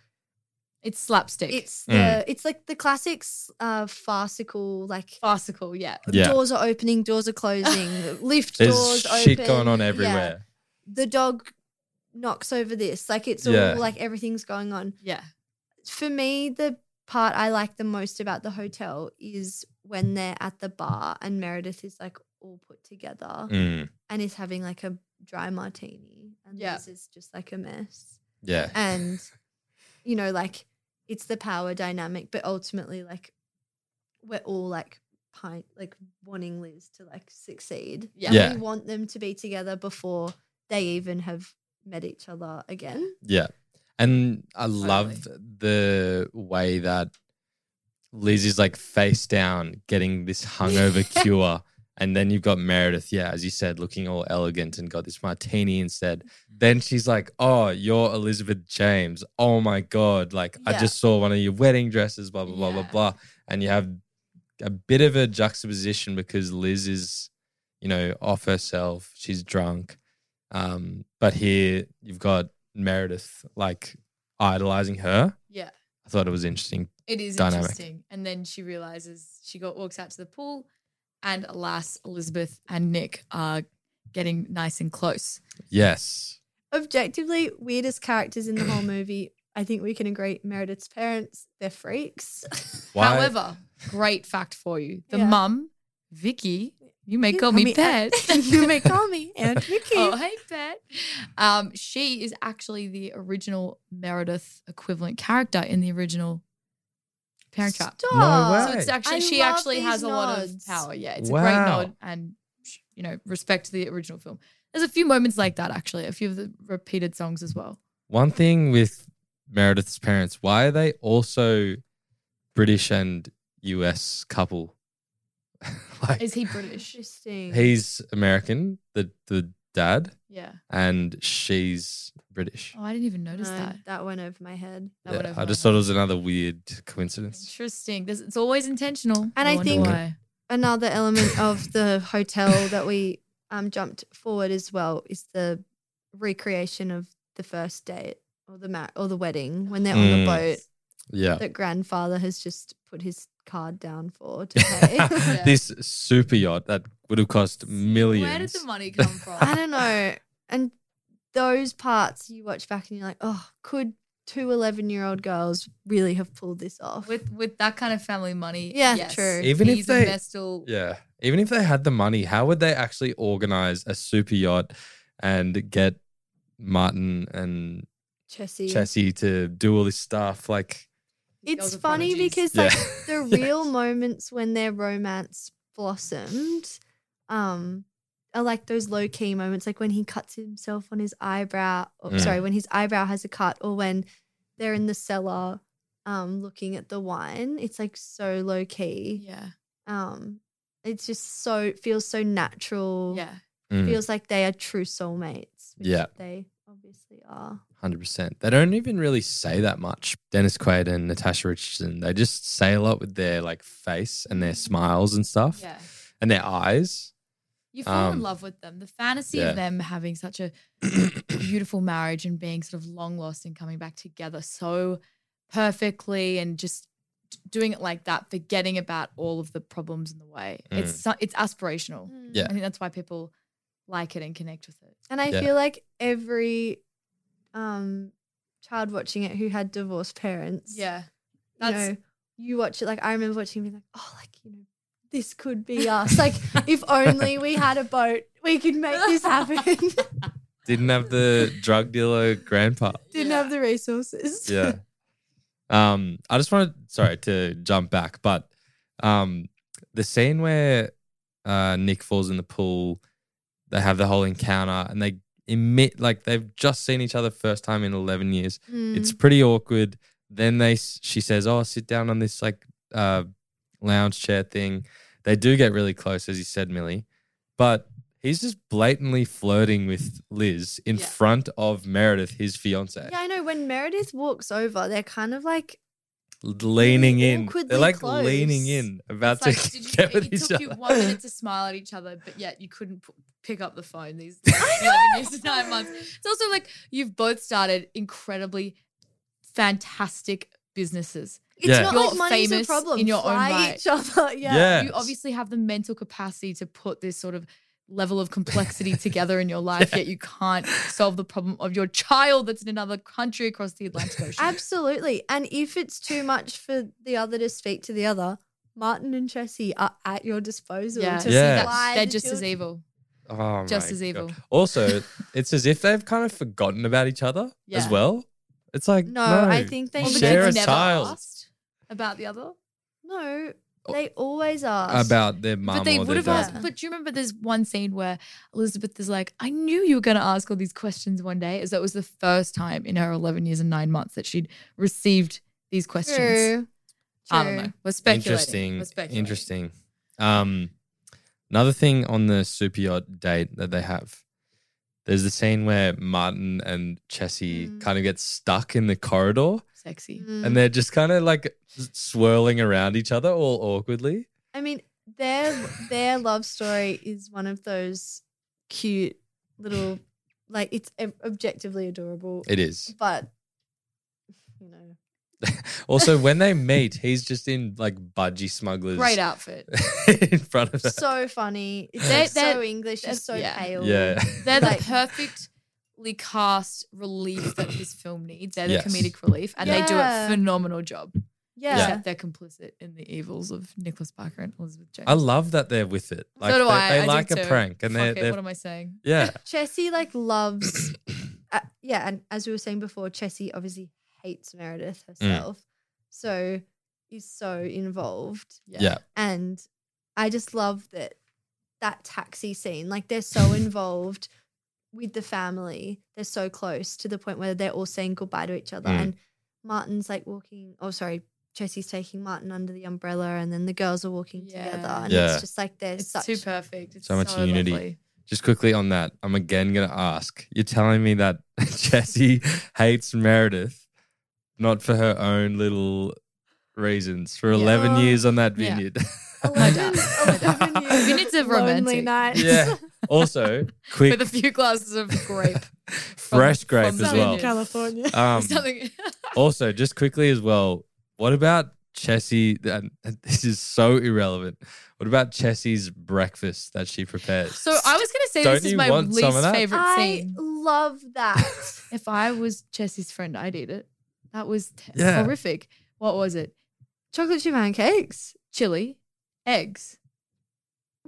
I: It's slapstick.
J: It's the
C: Mm.
J: it's like the classics uh farcical like
I: farcical, yeah.
C: Yeah.
J: doors are opening, doors are closing, lift
C: There's
J: doors
C: shit
J: open.
C: going on
J: Yeah.
C: everywhere.
J: The dog knocks over this. Like it's
C: Yeah.
J: all like everything's going on.
I: Yeah.
J: For me, the part I like the most about the hotel is when they're at the bar and Meredith is like all put together
C: Mm.
J: and is having like a dry martini and
I: Yeah.
J: this is just like a mess
C: Yeah.
J: and you know like it's the power dynamic but ultimately like we're all like pint like wanting liz to like succeed
I: Yeah.
J: And
C: Yeah.
J: we want them to be together before they even have met each other again
C: Yeah. And I love the way that Liz is like face down getting this hungover cure. And then you've got Meredith, yeah, as you said, looking all elegant and got this martini instead. Then she's like, Oh, you're Elizabeth James. Oh my God. Like, I
I: Yeah.
C: just saw one of your wedding dresses, blah, blah, blah, blah,
I: Yeah.
C: blah. And you have a bit of a juxtaposition because Liz is, you know, off herself. She's drunk. Um, but here you've got Meredith like idolizing her.
I: Yeah.
C: I thought it was interesting.
I: It is
C: Dynamic.
I: interesting. And then she realizes she got walks out to the pool, and alas, Elizabeth and Nick are getting nice and close.
C: Yes.
J: objectively weirdest characters in the whole movie i think we can agree meredith's parents they're freaks
C: Why?
I: However, great fact for you: the
J: Yeah.
I: mum, Vicky. You may
J: You
I: call
J: call
I: me
J: me
I: Pet.
J: Aunt- you may call me Aunt Vicky.
I: oh, hey Pet. Um, she is actually the original Meredith equivalent character in the original Parent Trap.
J: Stop.
I: So it's actually
J: I
I: she
J: love
I: actually
J: these
I: has a lot of
J: nods.
I: power. Yeah, it's a great
C: Wow.
I: nod and you know respect to the original film. There's a few moments like that actually. A few of the repeated songs as well.
C: One thing with Meredith's parents, why are they also British and US couple? like
I: Is he British?
J: Interesting.
C: he's American, the the dad,
I: Yeah.
C: and she's British.
I: Oh, I didn't even notice
J: No,
I: that.
J: Uh, That went over my head.
I: That went
C: Yeah,
I: over
C: I
I: my
C: just
I: head.
C: thought it was another weird coincidence.
I: Interesting. This, it's always intentional.
J: And I
I: wonder
J: think-
I: why.
J: Another element of the hotel that we um, jumped forward as well is the recreation of the first date or the ma- or the wedding when they're on
C: Mm.
J: the boat
C: Yeah.
J: that grandfather has just put his card down for to pay.
C: this super yacht that would have cost millions.
I: Where did the money come from?
J: I don't know. And those parts you watch back and you're like, oh, could two 11 year old girls really have pulled this off?
I: with with that kind of family money.
J: Yeah,
I: yes.
J: true.
C: Even if
I: He's
C: they-
I: a Vestal.
C: Yeah. Even if they had the money, how would they actually organize a super yacht and get Martin and
J: Chessie.
C: Chessie to do all this stuff? Like,
J: It's
I: Girls are
J: funny
I: prodigies.
J: because
C: Yeah.
J: like the real moments when their romance blossomed, um, are like those low key moments, like when he cuts himself on his eyebrow. Or,
C: Mm.
J: Sorry, when his eyebrow has a cut, or when they're in the cellar, um, looking at the wine. It's like so low key.
I: Yeah.
J: Um, it's just so it feels so natural.
I: Yeah.
C: Mm.
J: feels like they are true soulmates. Which
C: Yeah.
J: they obviously are.
C: Hundred percent. They don't even really say that much. Dennis Quaid and Natasha Richardson. They just say a lot with their like face and their smiles and stuff,
I: Yeah.
C: and their eyes.
I: You fall
C: Um,
I: in love with them. The fantasy
C: yeah.
I: of them having such a beautiful marriage and being sort of long lost and coming back together so perfectly and just d- doing it like that, forgetting about all of the problems in the way. It's so- it's aspirational.
J: Mm.
C: Mm. Yeah.
I: I think that's why people like it and connect with it.
J: And I
C: Yeah.
J: feel like every um child watching it who had divorced parents,
I: Yeah.
J: you
I: That's
J: know, you watch it like I remember watching being like, oh, like you know, this could be us. like if only we had a boat, we could make this happen.
C: Didn't have the drug dealer grandpa.
J: Didn't have the resources.
C: Yeah. Um, I just wanted sorry to jump back, but um, the scene where uh, Nick falls in the pool, they have the whole encounter, and they emit like they've just seen each other first time in eleven years. It's
I: Mm.
C: pretty awkward. Then they s- she says, "Oh, sit down on this like uh, lounge chair thing." They do get really close, as you said, Millie, but he's just blatantly flirting with Liz in
I: Yeah.
C: front of Meredith, his fiance,
J: Yeah, I know. When Meredith walks over, they're kind of like,
C: leaning in.
J: awkwardly
C: They're like
J: close.
C: leaning in, about
I: It's like,
C: to
I: did
C: get
I: you,
C: with
I: it
C: each
I: took you
C: other.
I: one minute to smile at each other, but yet you couldn't p- pick up the phone these last 11 years to nine months. It's also like you've both started incredibly fantastic businesses.
J: it's
C: Yeah.
J: not
I: You're
J: like money's a
I: famous
J: problem.
I: in your own
J: Fly
I: right.
J: each other. Yeah.
C: Yeah.
I: You obviously have the mental capacity to put this sort of level of complexity together in your life, yet you can't solve the problem of your child that's in another country across the Atlantic Ocean.
J: Absolutely. And if it's too much for the other to speak to the other, Martin and Chessie are at your disposal
I: Yeah,
J: to
C: Yeah.
J: yeah.
I: that's-
J: supply
I: they're
J: the
I: just as
J: children.
I: evil.
C: Oh
I: Just
C: my
I: as
C: God.
I: evil.
C: Also, it's as if they've kind of forgotten about each other as
I: Yeah.
C: well. It's like
J: No, I think they
I: Well, but
C: share a
I: they've
C: child
I: asked about the other.
J: No, they always ask.
C: about their mum
I: But they
C: or
I: would
C: their
I: have
C: dad.
I: asked. But do you remember there's one scene where Elizabeth is like, I knew you were going to ask all these questions one day, as that was the first time in her 11 years and nine months that she'd received these questions.
J: True.
I: I don't know.
J: True.
I: We're speculating. We're
C: Interesting.
I: speculating.
C: Interesting. Um, another thing on the super yacht date that they have. There's the scene where Martin and Chessie
J: Mm.
C: kind of get stuck in the corridor
I: Sexy.
C: and they're just kind of like s- swirling around each other all awkwardly.
J: I mean, their their love story is one of those cute little, like it's ob- objectively adorable,
C: It is.
J: but you know,
C: Also, when they meet, he's just in like budgie smugglers
I: Great outfit.
C: in front of them.
J: so funny. It's
I: They're-
J: just so
I: they're-
J: English. It's so
I: yeah.
J: pale.
C: yeah.
I: They're
J: Like-
I: the perfectly cast relief that this film needs. They're the
C: Yes.
I: comedic relief, and they do a
J: Yeah.
I: phenomenal job.
J: Yeah.
I: Except they're complicit in the evils of Nicholas Parker and Elizabeth James.
C: I love that they're with it. Like
I: so do
C: they,
I: I.
C: they
I: I do
C: like a
I: too.
C: prank and
I: Fuck
C: they're,
I: it,
C: they're
I: What am I saying?
C: yeah.
J: Chessie like loves, uh, yeah, and as we were saying before, Chessie obviously hates Meredith herself, so is so involved.
C: Yeah.
J: and I just love that that taxi scene. Like they're so involved with the family, they're so close to the point where they're all saying goodbye to each other,
C: Mm.
J: and Martin's like walking. Oh, sorry. Chelsea's taking Martin under the umbrella, and then the girls are walking together, and
C: Yeah.
J: it's just like they're such
I: too perfect. It's
C: so much unity.
I: lovely.
C: Just quickly on that, I'm again going to ask. You're telling me that Jessie hates Meredith, not for her own little reasons, for 11
J: Yeah.
C: years on that
I: Yeah. Oh
C: vineyard.
I: I mean, it's a
J: lonely
I: romantic.
J: night.
C: yeah. Also, quick
I: With a few glasses of grape.
C: fresh grape as
I: Something
C: well.
I: in California.
C: Um,
I: Something.
C: also, just quickly as well, what about Chessie? And this is so irrelevant. What about Chessie's breakfast that she prepares?
I: So I was going to say
C: Don't
I: this is
C: you
I: my
C: want some of
I: least
C: that?
I: favorite
J: I
I: scene.
J: love that.
I: If I was Jesse's friend, I'd eat it. That was t-
C: Yeah.
I: horrific. What was it?
J: Chocolate chip pancakes.
I: Chili, eggs.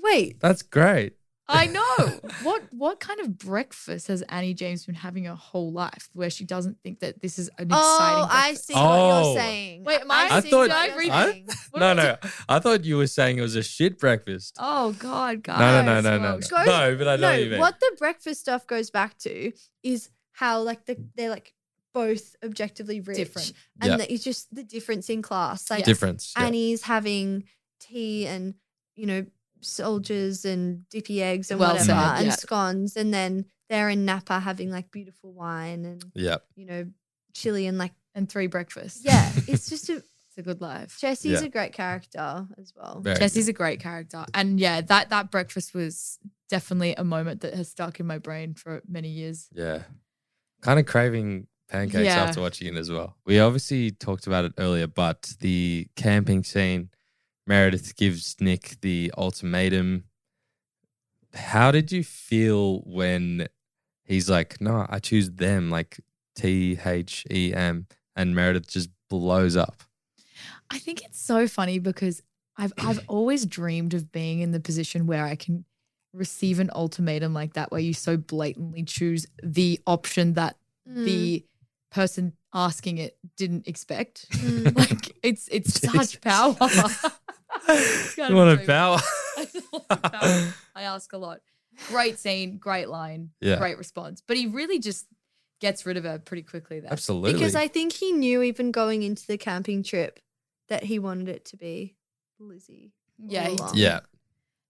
J: Wait,
C: That's great.
I: I know. what what kind of breakfast has Annie James been having her whole life where she doesn't think that this is an
J: oh,
I: exciting
J: I
I: breakfast?
J: see what
C: Oh.
J: you're saying.
I: Wait, am I-
J: see
I: I
J: what
C: thought-
J: you're
I: I-
J: saying.
C: no, no. I thought you were saying it was a shit breakfast.
I: Oh God, guys.
C: no, no, no, no,
I: Well,
C: no.
J: Goes-
C: No, but I know
J: no,
C: what you mean.
J: What the breakfast stuff goes back to is how like the, they're like both objectively rich,
I: Different.
J: and
C: Yeah.
J: that it's just the difference in class. Like
C: Difference. yeah.
J: Annie's having tea and you know soldiers and dippy eggs and
I: Well
J: whatever
I: said,
J: and
I: yeah.
J: scones, and then they're in Napa having like beautiful wine and
C: Yeah.
J: you know chili and like
I: And three breakfasts.
J: yeah, it's just a
I: It's a good life.
J: Jesse's
C: Yeah.
J: a great character as well.
C: Very
I: Jesse's a great character. And yeah, that that breakfast was definitely a moment that has stuck in my brain for many years.
C: Yeah. Kind of craving pancakes
I: Yeah.
C: after watching it as well. We obviously talked about it earlier, but the camping scene, Meredith gives Nick the ultimatum. How did you feel when he's like, no, I choose them, like T H E M, and Meredith just blows up?
I: I think it's so funny because I've I've always dreamed of being in the position where I can receive an ultimatum like that where you so blatantly choose the option that
J: Mm.
C: Mm.
I: the person asking it didn't expect.
J: Mm.
I: Like it's it's
C: Jesus.
I: such power. It's gotta
C: you want
I: be
C: a power?
I: I love power. I ask a lot. Great scene, great line,
C: Yeah.
I: great response. But he really just gets rid of her pretty quickly there.
C: Absolutely.
J: Because I think he knew even going into the camping trip that he wanted it to be Lizzie. all
I: Yeah, he
J: along.
C: yeah.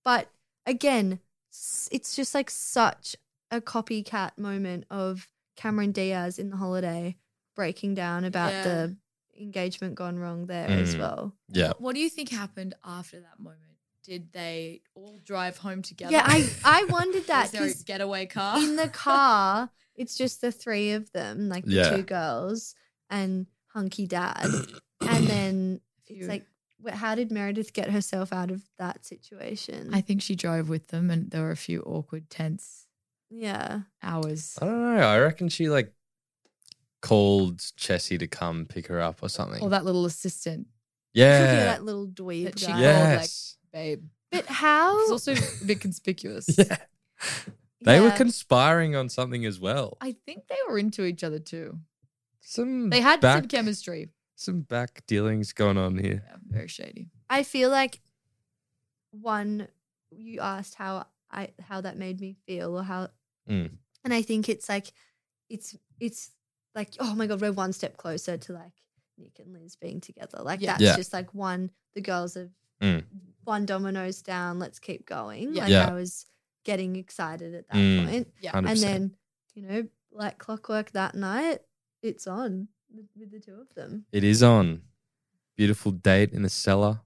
J: But again, s- it's just like such a copycat moment of Cameron Diaz in the holiday breaking down about
I: Yeah.
J: the engagement gone wrong there as
C: Mm.
J: well.
C: Yeah.
I: What do you think happened after that moment? Did they all drive home together?
J: Yeah, I, I wondered
I: Was
J: that
I: there a
J: because
I: getaway car?
J: in the car, it's just the three of them, like the
C: Yeah.
J: two girls and hunky dad. and then it's
I: You-
J: like, wh- how did Meredith get herself out of that situation?
I: I think she drove with them, and there were a few awkward, tense
J: yeah.
I: hours.
C: I don't know. I reckon she like called Chessie to come pick her up or something.
I: Or that little assistant
J: Could be
C: yeah.
J: that little dweeb
I: that she
J: guy.
I: called,
C: Yes.
I: like, babe.
J: But how?
I: It's also a bit conspicuous.
C: Yeah. They were
J: Yeah.
C: conspiring on something as well.
I: I think they were into each other too.
C: Some
I: They had
C: back,
I: some chemistry.
C: Some back dealings going on here.
I: Yeah, very shady.
J: I feel like one you asked how I how that made me feel or how
C: Mm.
J: and I think it's like it's it's like oh my god we're one step closer to like Nick and Liz being together like
I: Yeah.
J: that's
C: Yeah.
J: just like one the girls have
C: Mm.
J: one dominoes down let's keep going
I: Yeah.
J: like
C: Yeah.
J: I was getting excited at that
C: Mm.
J: point
I: Yeah.
C: 100%.
J: and then you know like clockwork that night it's on with- with the two of them
C: it is on. Beautiful date in the cellar.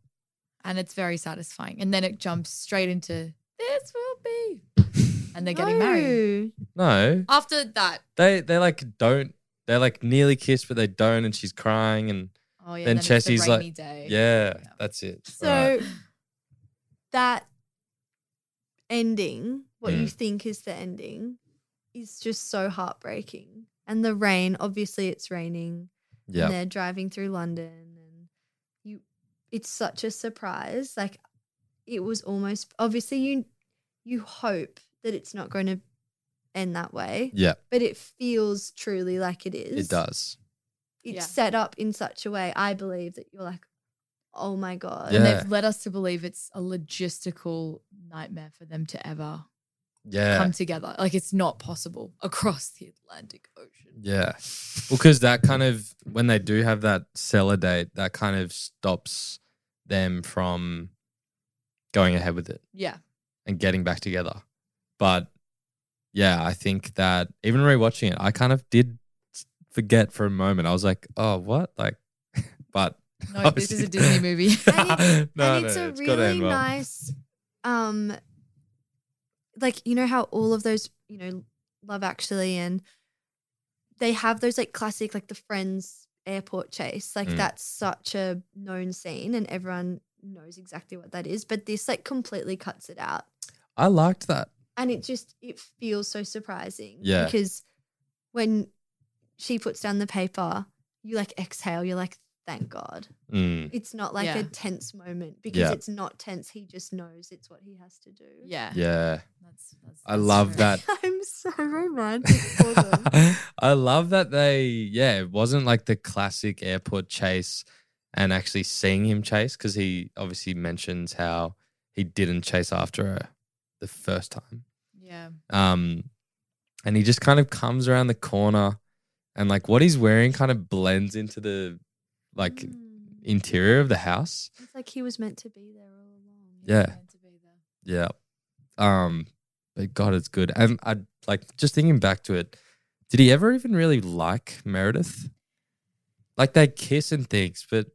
I: And it's very satisfying. And then it jumps straight into this will be. And they're getting married.
J: married
C: No.
I: After that.
C: They they like don't they like nearly kiss but they don't and she's crying and
I: Oh yeah.
C: Then
I: Then, it's the
C: Chessie's like-
I: rainy day.
C: yeah, that's it.
J: So
C: Right.
J: that ending, what you
C: Mm.
J: think is the ending, is just so heartbreaking. And the rain, obviously it's raining.
C: yeah.
J: And they're driving through London and you it's such a surprise. Like it was almost obviously you you hope that it's not going to end that way,
C: yeah,
J: but it feels truly like it is
C: it does.
J: it's
I: Yeah.
J: set up in such a way, I believe, that you're like, oh my God.
I: And
C: Yeah.
I: they've led us to believe it's a logistical nightmare for them to ever
C: Yeah.
I: come together. Like it's not possible across the Atlantic Ocean.
C: Yeah. Well, because that kind of, when they do have that seller date, that kind of stops them from going ahead with it
I: Yeah.
C: and getting back together. But yeah, I think that even rewatching it, I kind of did forget for a moment. I was like, oh, what? Like, but.
I: No, this is a Disney movie.
C: no, no,
J: and it's a
C: it's gotta
J: really
C: end well.
J: nice, um, like you know how all of those you know Love Actually and they have those like classic like the Friends airport chase like
M: Mm.
J: that's such a known scene and everyone knows exactly what that is but this like completely cuts it out
C: I liked that.
J: and it just it feels so surprising
C: Yeah.
J: because when she puts down the paper you like exhale you're like thank god
C: Mm.
J: it's not like
I: Yeah.
J: a tense moment because
C: Yeah.
J: it's not tense he just knows it's what he has to do
I: yeah
C: Yeah. I love that.
J: i'm so romantic for them
C: I love that they, yeah, it wasn't like the classic airport chase and actually seeing him chase because he obviously mentions how he didn't chase after her the first time.
I: Yeah.
C: Um, and he just kind of comes around the corner and like what he's wearing kind of blends into the like
J: Mm.
C: interior of the house.
J: it's like he was meant to be there all
C: Yeah. Yeah. Um, but God, it's good. And I like just thinking back to it, did he ever even really like Meredith? Like they kiss and things, but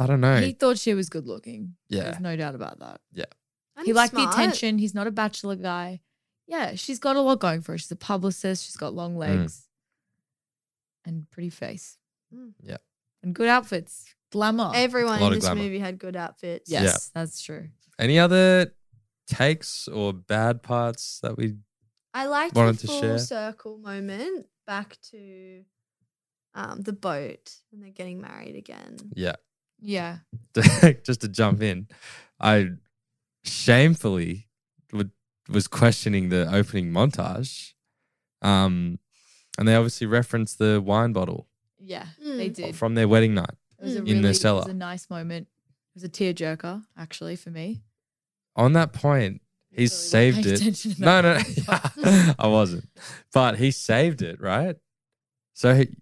C: I don't know.
I: He thought she was good looking.
C: Yeah.
I: There's no doubt about that.
C: yeah.
I: he
J: And
I: liked
J: smart.
I: the attention. He's not a bachelor guy. Yeah, she's got a lot going for her. She's a publicist. She's got
C: Mm.
I: long legs and pretty face
C: Yeah.
I: and good outfits. Glamour.
J: everyone
C: A
J: in
C: lot of
J: this
C: glamour.
J: movie had good outfits
I: Yes,
C: Yeah.
I: that's true.
C: Any other takes or bad parts that we
J: i liked
C: Wanted
J: the
C: to
J: full
C: share.
J: circle moment back to um, the boat and they're getting married again
C: yeah.
I: Yeah.
C: just to jump in, I shamefully would, was questioning the opening montage. Um, and they obviously referenced the wine bottle
I: Yeah, they did.
C: from their wedding night
I: it was a
C: in
I: really,
C: the
I: It was
C: cellar.
I: a nice moment. It was a tearjerker, actually, for me.
C: On that point, he saved
I: paying attention
C: it.
I: to
C: No,
I: that
C: no,
I: one.
C: I wasn't. But he saved it, right? So he,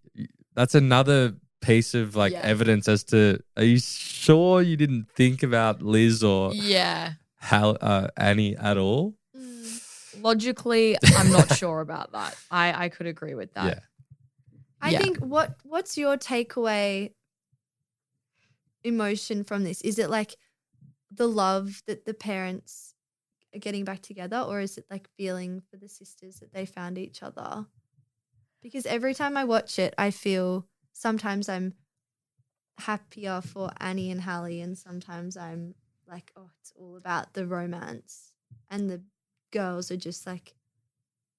C: that's another piece of like
I: Yeah.
C: evidence as to are you sure you didn't think about Liz or
I: Yeah.
C: Hal, uh, Annie at all?
J: Mm.
I: Logically, I'm not sure about that. I, I could agree with that.
C: Yeah.
J: I
I: Yeah.
J: think what what's your takeaway emotion from this? Is it like the love that the parents are getting back together, or is it like feeling for the sisters that they found each other? Because every time I watch it, I feel sometimes I'm happier for Annie and Hallie, and sometimes I'm like, oh, it's all about the romance, and the girls are just like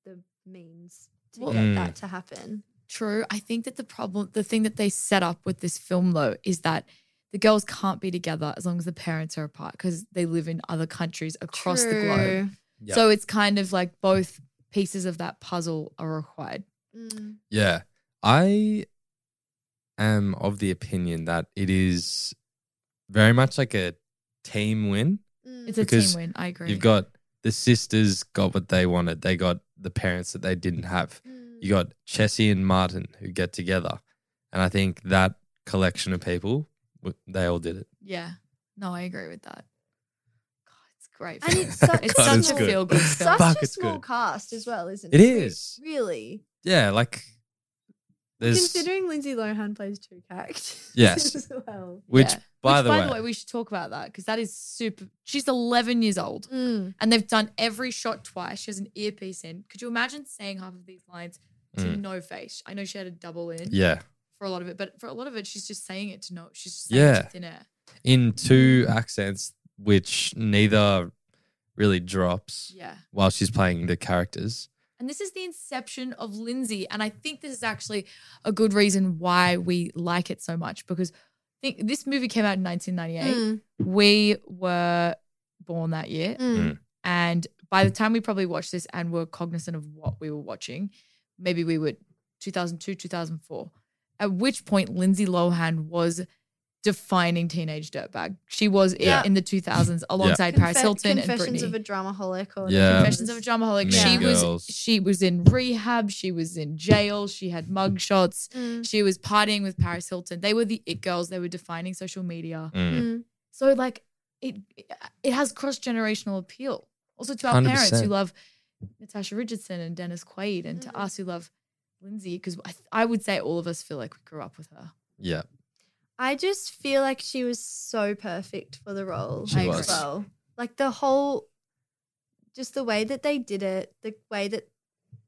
J: the means to
I: Well-
J: get
I: Mm.
J: that to happen.
I: True. I think that the problem, the thing that they set up with this film though, is that the girls can't be together as long as the parents are apart because they live in other countries across the globe.
J: True.
C: Yeah.
I: So it's kind of like both pieces of that puzzle are required.
J: Mm,
C: Yeah. I am of the opinion that it is very much like a team win.
J: mm,
I: It's a
C: Because
I: team win. I agree.
C: You've got the sisters got what they wanted. They got the parents that they didn't have.
J: mm.
C: You got Chessie and Martin who get together. And I think that collection of people, w- they all did it.
I: yeah. No, I agree with that. God, it's great.
J: And
I: film.
J: it's such,
I: it's
C: God,
I: such
C: it's
I: a
C: good.
I: feel good
C: It's
I: film.
J: such
C: Fuck,
J: a
C: it's
J: small
C: good.
J: cast as well, isn't
C: It
J: it?
C: is.
J: Really?
C: Yeah, like there's
J: Considering Lindsay Lohan plays two characters
C: Yes.
J: as well.
C: which
I: Yeah.
C: by,
I: Which,
C: the, way,
I: we should talk about that because that is super. She's 11 years old
J: Mm,
I: and they've done every shot twice. She has an earpiece in. Could you imagine saying half of these lines to
C: Mm.
I: no face? I know she had a double in
C: yeah.
I: for a lot of it, but for a lot of it, she's just saying it to no. She's just saying yeah. it
C: Yeah.
I: to thin air.
C: in two accents which neither really drops
I: Yeah.
C: while she's playing the characters.
I: And this is the inception of Lindsay. And I think this is actually a good reason why we like it so much because I think this movie came out in
J: Mm.
I: 1998. We were born that year.
C: Mm.
I: And by
C: Hmm.
I: the time we probably watched this and were cognizant of what we were watching, maybe we were 2002, 2004, at which point Lindsay Lohan was defining teenage dirtbag. She was it
J: Yeah.
I: in the 2000s alongside
J: Confe-
I: Paris Hilton and
J: Confessions
I: Britney.
J: of a Dramaholic or
C: Yeah.
I: Confessions of a Dramaholic.
C: Mean
I: She
C: Girls.
I: was she was in rehab. She was in jail. She had mug shots.
J: Mm.
I: She was partying with Paris Hilton. They were the it girls. They were defining social media.
C: Mm.
J: Mm.
I: So like it it has cross generational appeal. Also to our parents
C: 100%.
I: who love Natasha Richardson and Dennis Quaid, and to us who love Lindsay, because I, I would say all of us feel like we grew up with her.
C: Yeah.
J: I just feel like she was so perfect for the role
C: She
J: as
C: was.
J: well. Like the whole, just the way that they did it, the way that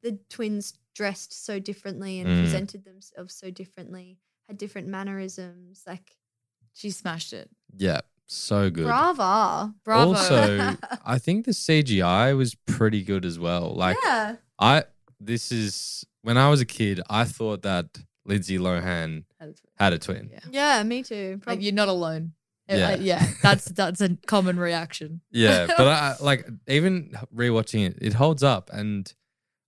J: the twins dressed so differently and
I: Mm.
J: presented themselves so differently, had different mannerisms. Like,
I: She smashed it.
C: Yeah. So good.
J: brava,
I: Bravo.
C: Also, I think the CGI was pretty good as well. Like
J: yeah,
C: I this is when I was a kid, I thought that Lindsay Lohan had a twin. Yeah.
J: yeah, me too. Prob-
I: Like you're not alone.
C: Yeah.
I: Yeah, yeah that's that's a common reaction.
C: but I like even rewatching it, it holds up and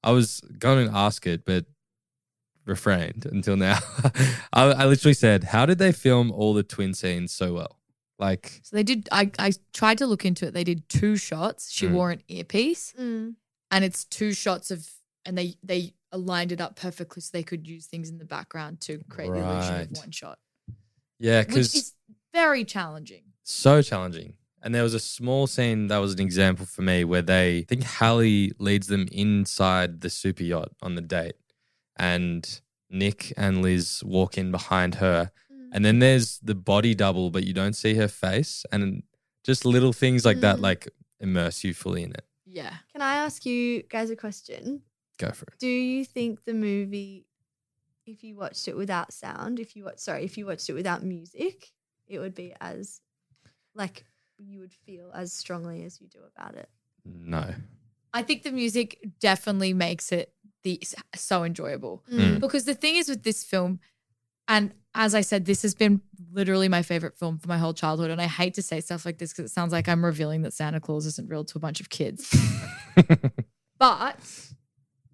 C: I was going to ask it but refrained until now. I, I literally said, "How did they film all the twin scenes so well?" Like
I: So they did. I I tried to look into it. They did two shots. She
C: Mm.
I: wore an earpiece,
J: Mm.
I: and it's two shots of, and they they aligned it up perfectly so they could use things in the background to create the illusion
C: Right.
I: of one shot,
C: yeah,
I: which
C: cuz
I: is very challenging.
C: so challenging. And there was a small scene that was an example for me where they I think Hallie leads them inside the super yacht on the date, and Nick and Liz walk in behind her,
J: mm.
C: and then there's the body double, but you don't see her face, and just little things like that
J: Mm.
C: like immerse you fully in it.
I: Yeah.
J: Can I ask you guys a question?
C: Go for it.
J: Do you think the movie, if you watched it without sound, if you watch, sorry, if you watched it without music, it would be as, like, you would feel as strongly as you do about it?
C: No,
I: I think the music definitely makes it the so enjoyable
C: Mm.
I: because the thing is with this film, and as I said, this has been literally my favorite film for my whole childhood, and I hate to say stuff like this because it sounds like I'm revealing that Santa Claus isn't real to a bunch of kids. but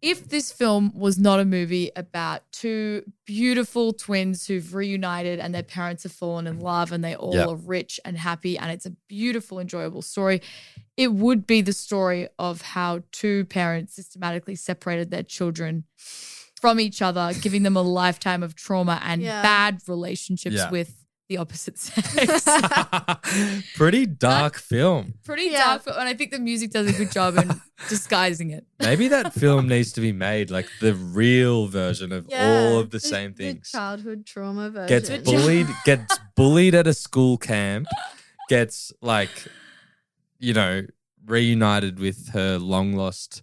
I: if this film was not a movie about two beautiful twins who've reunited and their parents have fallen in love and they all
M: Yeah.
I: are rich and happy and it's a beautiful, enjoyable story, it would be the story of how two parents systematically separated their children from each other, giving them a lifetime of trauma and
J: Yeah.
I: bad relationships
C: Yeah.
I: with the opposite sex.
C: Mm. pretty dark film.
I: Pretty dark, but- and I think the music does a good job in disguising it.
C: Maybe that film needs to be made like the real version of all of the same things.
J: childhood trauma version.
C: gets bullied gets bullied at a school camp gets like you know reunited with her long lost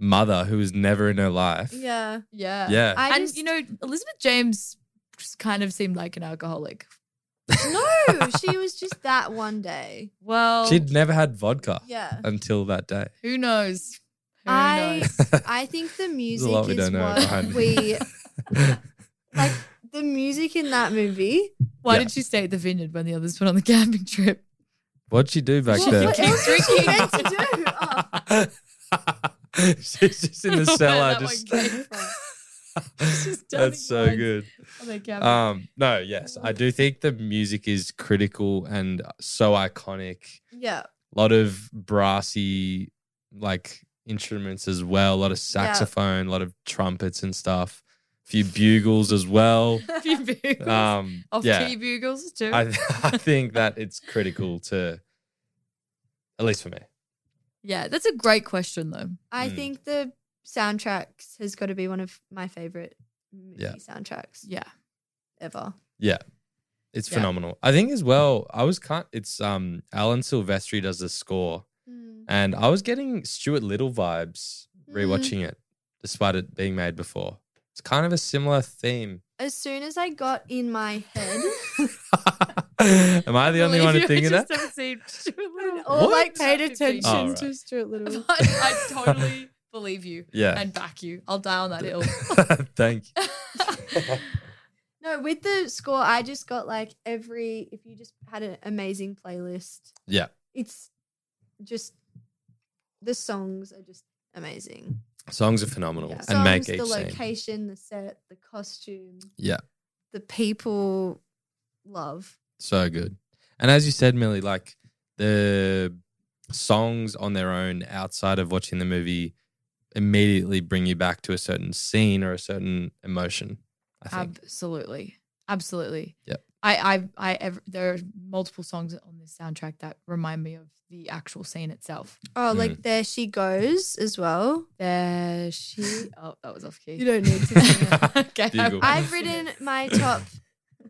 C: mother who was never in her life
J: Yeah.
I: Yeah.
C: Yeah. I
I: and
C: just-
I: you know, Elizabeth James just kind of seemed like an alcoholic.
J: No, she was just that one day.
I: Well,
C: she'd never had vodka
J: Yeah.
C: until that day
I: who knows? Who
J: I
I: knows?
J: I think the music
C: lot we
J: is
C: don't know
J: what
C: behind-
J: we like. The music in that movie.
I: Why did she stay at the vineyard when the others went on the camping trip?
C: what'd she do back
J: What,
C: then
J: what else was she meant to do? Oh,
C: she's just in the cellar
I: That one
C: just
I: came from. She's telling
C: that's so
I: lies.
C: good
I: Oh, they can't-
C: um no yes i do think the music is critical and so iconic
J: Yeah.
C: lot of brassy like instruments as well, a lot of saxophone, a lot of trumpets and stuff, a few bugles as well.
I: A few bugles.
C: Um,
I: Off
C: yeah.
I: key bugles too.
C: I, I think that it's critical to, at least for me.
I: yeah, that's a great question though.
J: I
C: Mm.
J: think the soundtracks has got to be one of my favorite movie
C: Yeah.
J: soundtracks
I: Yeah.
J: ever.
C: Yeah. It's
J: Yeah.
C: phenomenal. I think as well, I was kind it's um Alan Silvestri does the score. And I was getting Stuart Little vibes rewatching it, despite it being made before. It's kind of a similar theme.
J: As soon as I got in my head,
C: Am I the only one
I: Believe you,
C: thinking
I: I
C: that?
I: just haven't seen Stuart Little.
J: or like
I: What?
J: paid
I: Fifteen.
J: attention
C: Oh, right.
J: to Stuart Little.
I: But I totally believe you.
C: Yeah.
I: And back you. I'll die on that hill.
C: Thank you.
J: No, with the score, I just got like every. If you just had an amazing playlist,
C: Yeah.
J: it's just the songs are just amazing.
C: Songs are phenomenal
J: Yeah.
C: and
J: Songs,
C: make
J: the
C: each scene.
J: location, the set, the costume,
C: Yeah.
J: the people love.
C: So good. And as you said, Millie, like the songs on their own outside of watching the movie immediately bring you back to a certain scene or a certain emotion. I think.
I: Absolutely. Absolutely.
C: Yep.
I: I, I, I, ev- there are multiple songs on this soundtrack that remind me of the actual scene itself.
J: Oh, like there she goes as well.
I: There she. Oh, that was off key.
J: You don't need to. sing that.
I: okay.
C: Bugle.
J: I've written my top,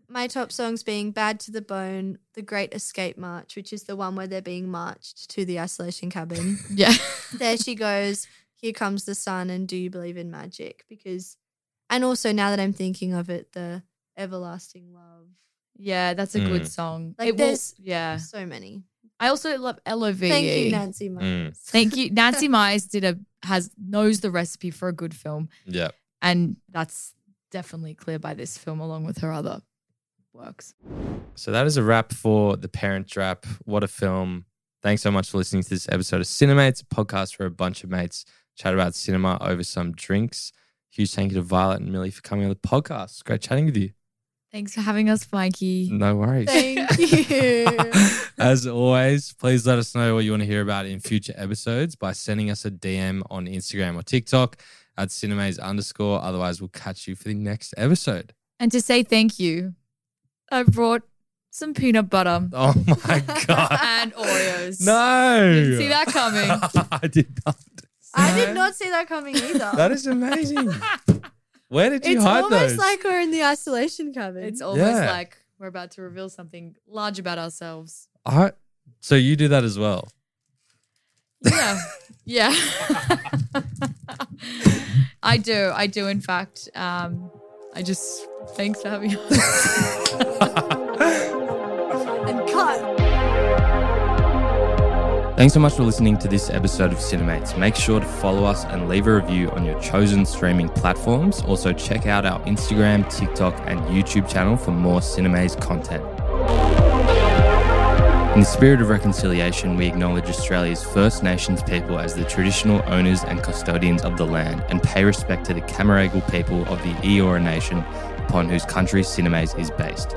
J: my top songs being "Bad to the Bone," "The Great Escape March," which is the one where they're being marched to the isolation cabin.
I: Yeah.
J: there she goes. Here comes the sun, and do you believe in magic? Because, and also now that I'm thinking of it, the everlasting love.
I: Yeah, that's a
C: Mm.
I: good song.
J: Like
I: it was.
J: there's-
I: Yeah.
J: So many.
I: I also love LOVE.
J: Thank you, Nancy. Myers.
I: E. Thank you. Nancy Myers did a has knows the recipe for a good film,
C: Yeah.
I: and that's definitely clear by this film, along with her other works.
C: So that is a wrap for The Parent Trap. What a film. Thanks so much for listening to this episode of Cinemates, a podcast where a bunch of mates chat about cinema over some drinks. Huge thank you to Violet and Millie for coming on the podcast. It's great chatting with you.
I: Thanks for having us, Mikey.
C: No worries.
J: Thank you.
C: As always, please let us know what you want to hear about in future episodes by sending us a DM on Instagram or TikTok at cinemaze underscore. Otherwise, we'll catch you for the next episode.
I: And to say thank you, I brought some peanut butter
C: Oh my God.
I: and Oreos.
C: No.
I: Didn't see that coming.
C: I did not.
J: I did not see that coming either.
C: That is amazing. Where did you
J: it's
C: hide
J: almost
C: those?
J: like we're in the isolation cabin.
I: It's almost
C: Yeah.
I: like we're about to reveal something large about ourselves.
C: I- so you do that as well.
I: Yeah. yeah. I do. I do, in fact. Um, I just, thanks for having us.
J: and cut.
C: Thanks so much for listening to this episode of Cinemates. Make sure to follow us and leave a review on your chosen streaming platforms. Also, check out our Instagram, TikTok, and YouTube channel for more Cinemates content. In the spirit of reconciliation, we acknowledge Australia's First Nations people as the traditional owners and custodians of the land and pay respect to the Camaragal people of the Eora Nation upon whose country Cinemas is based.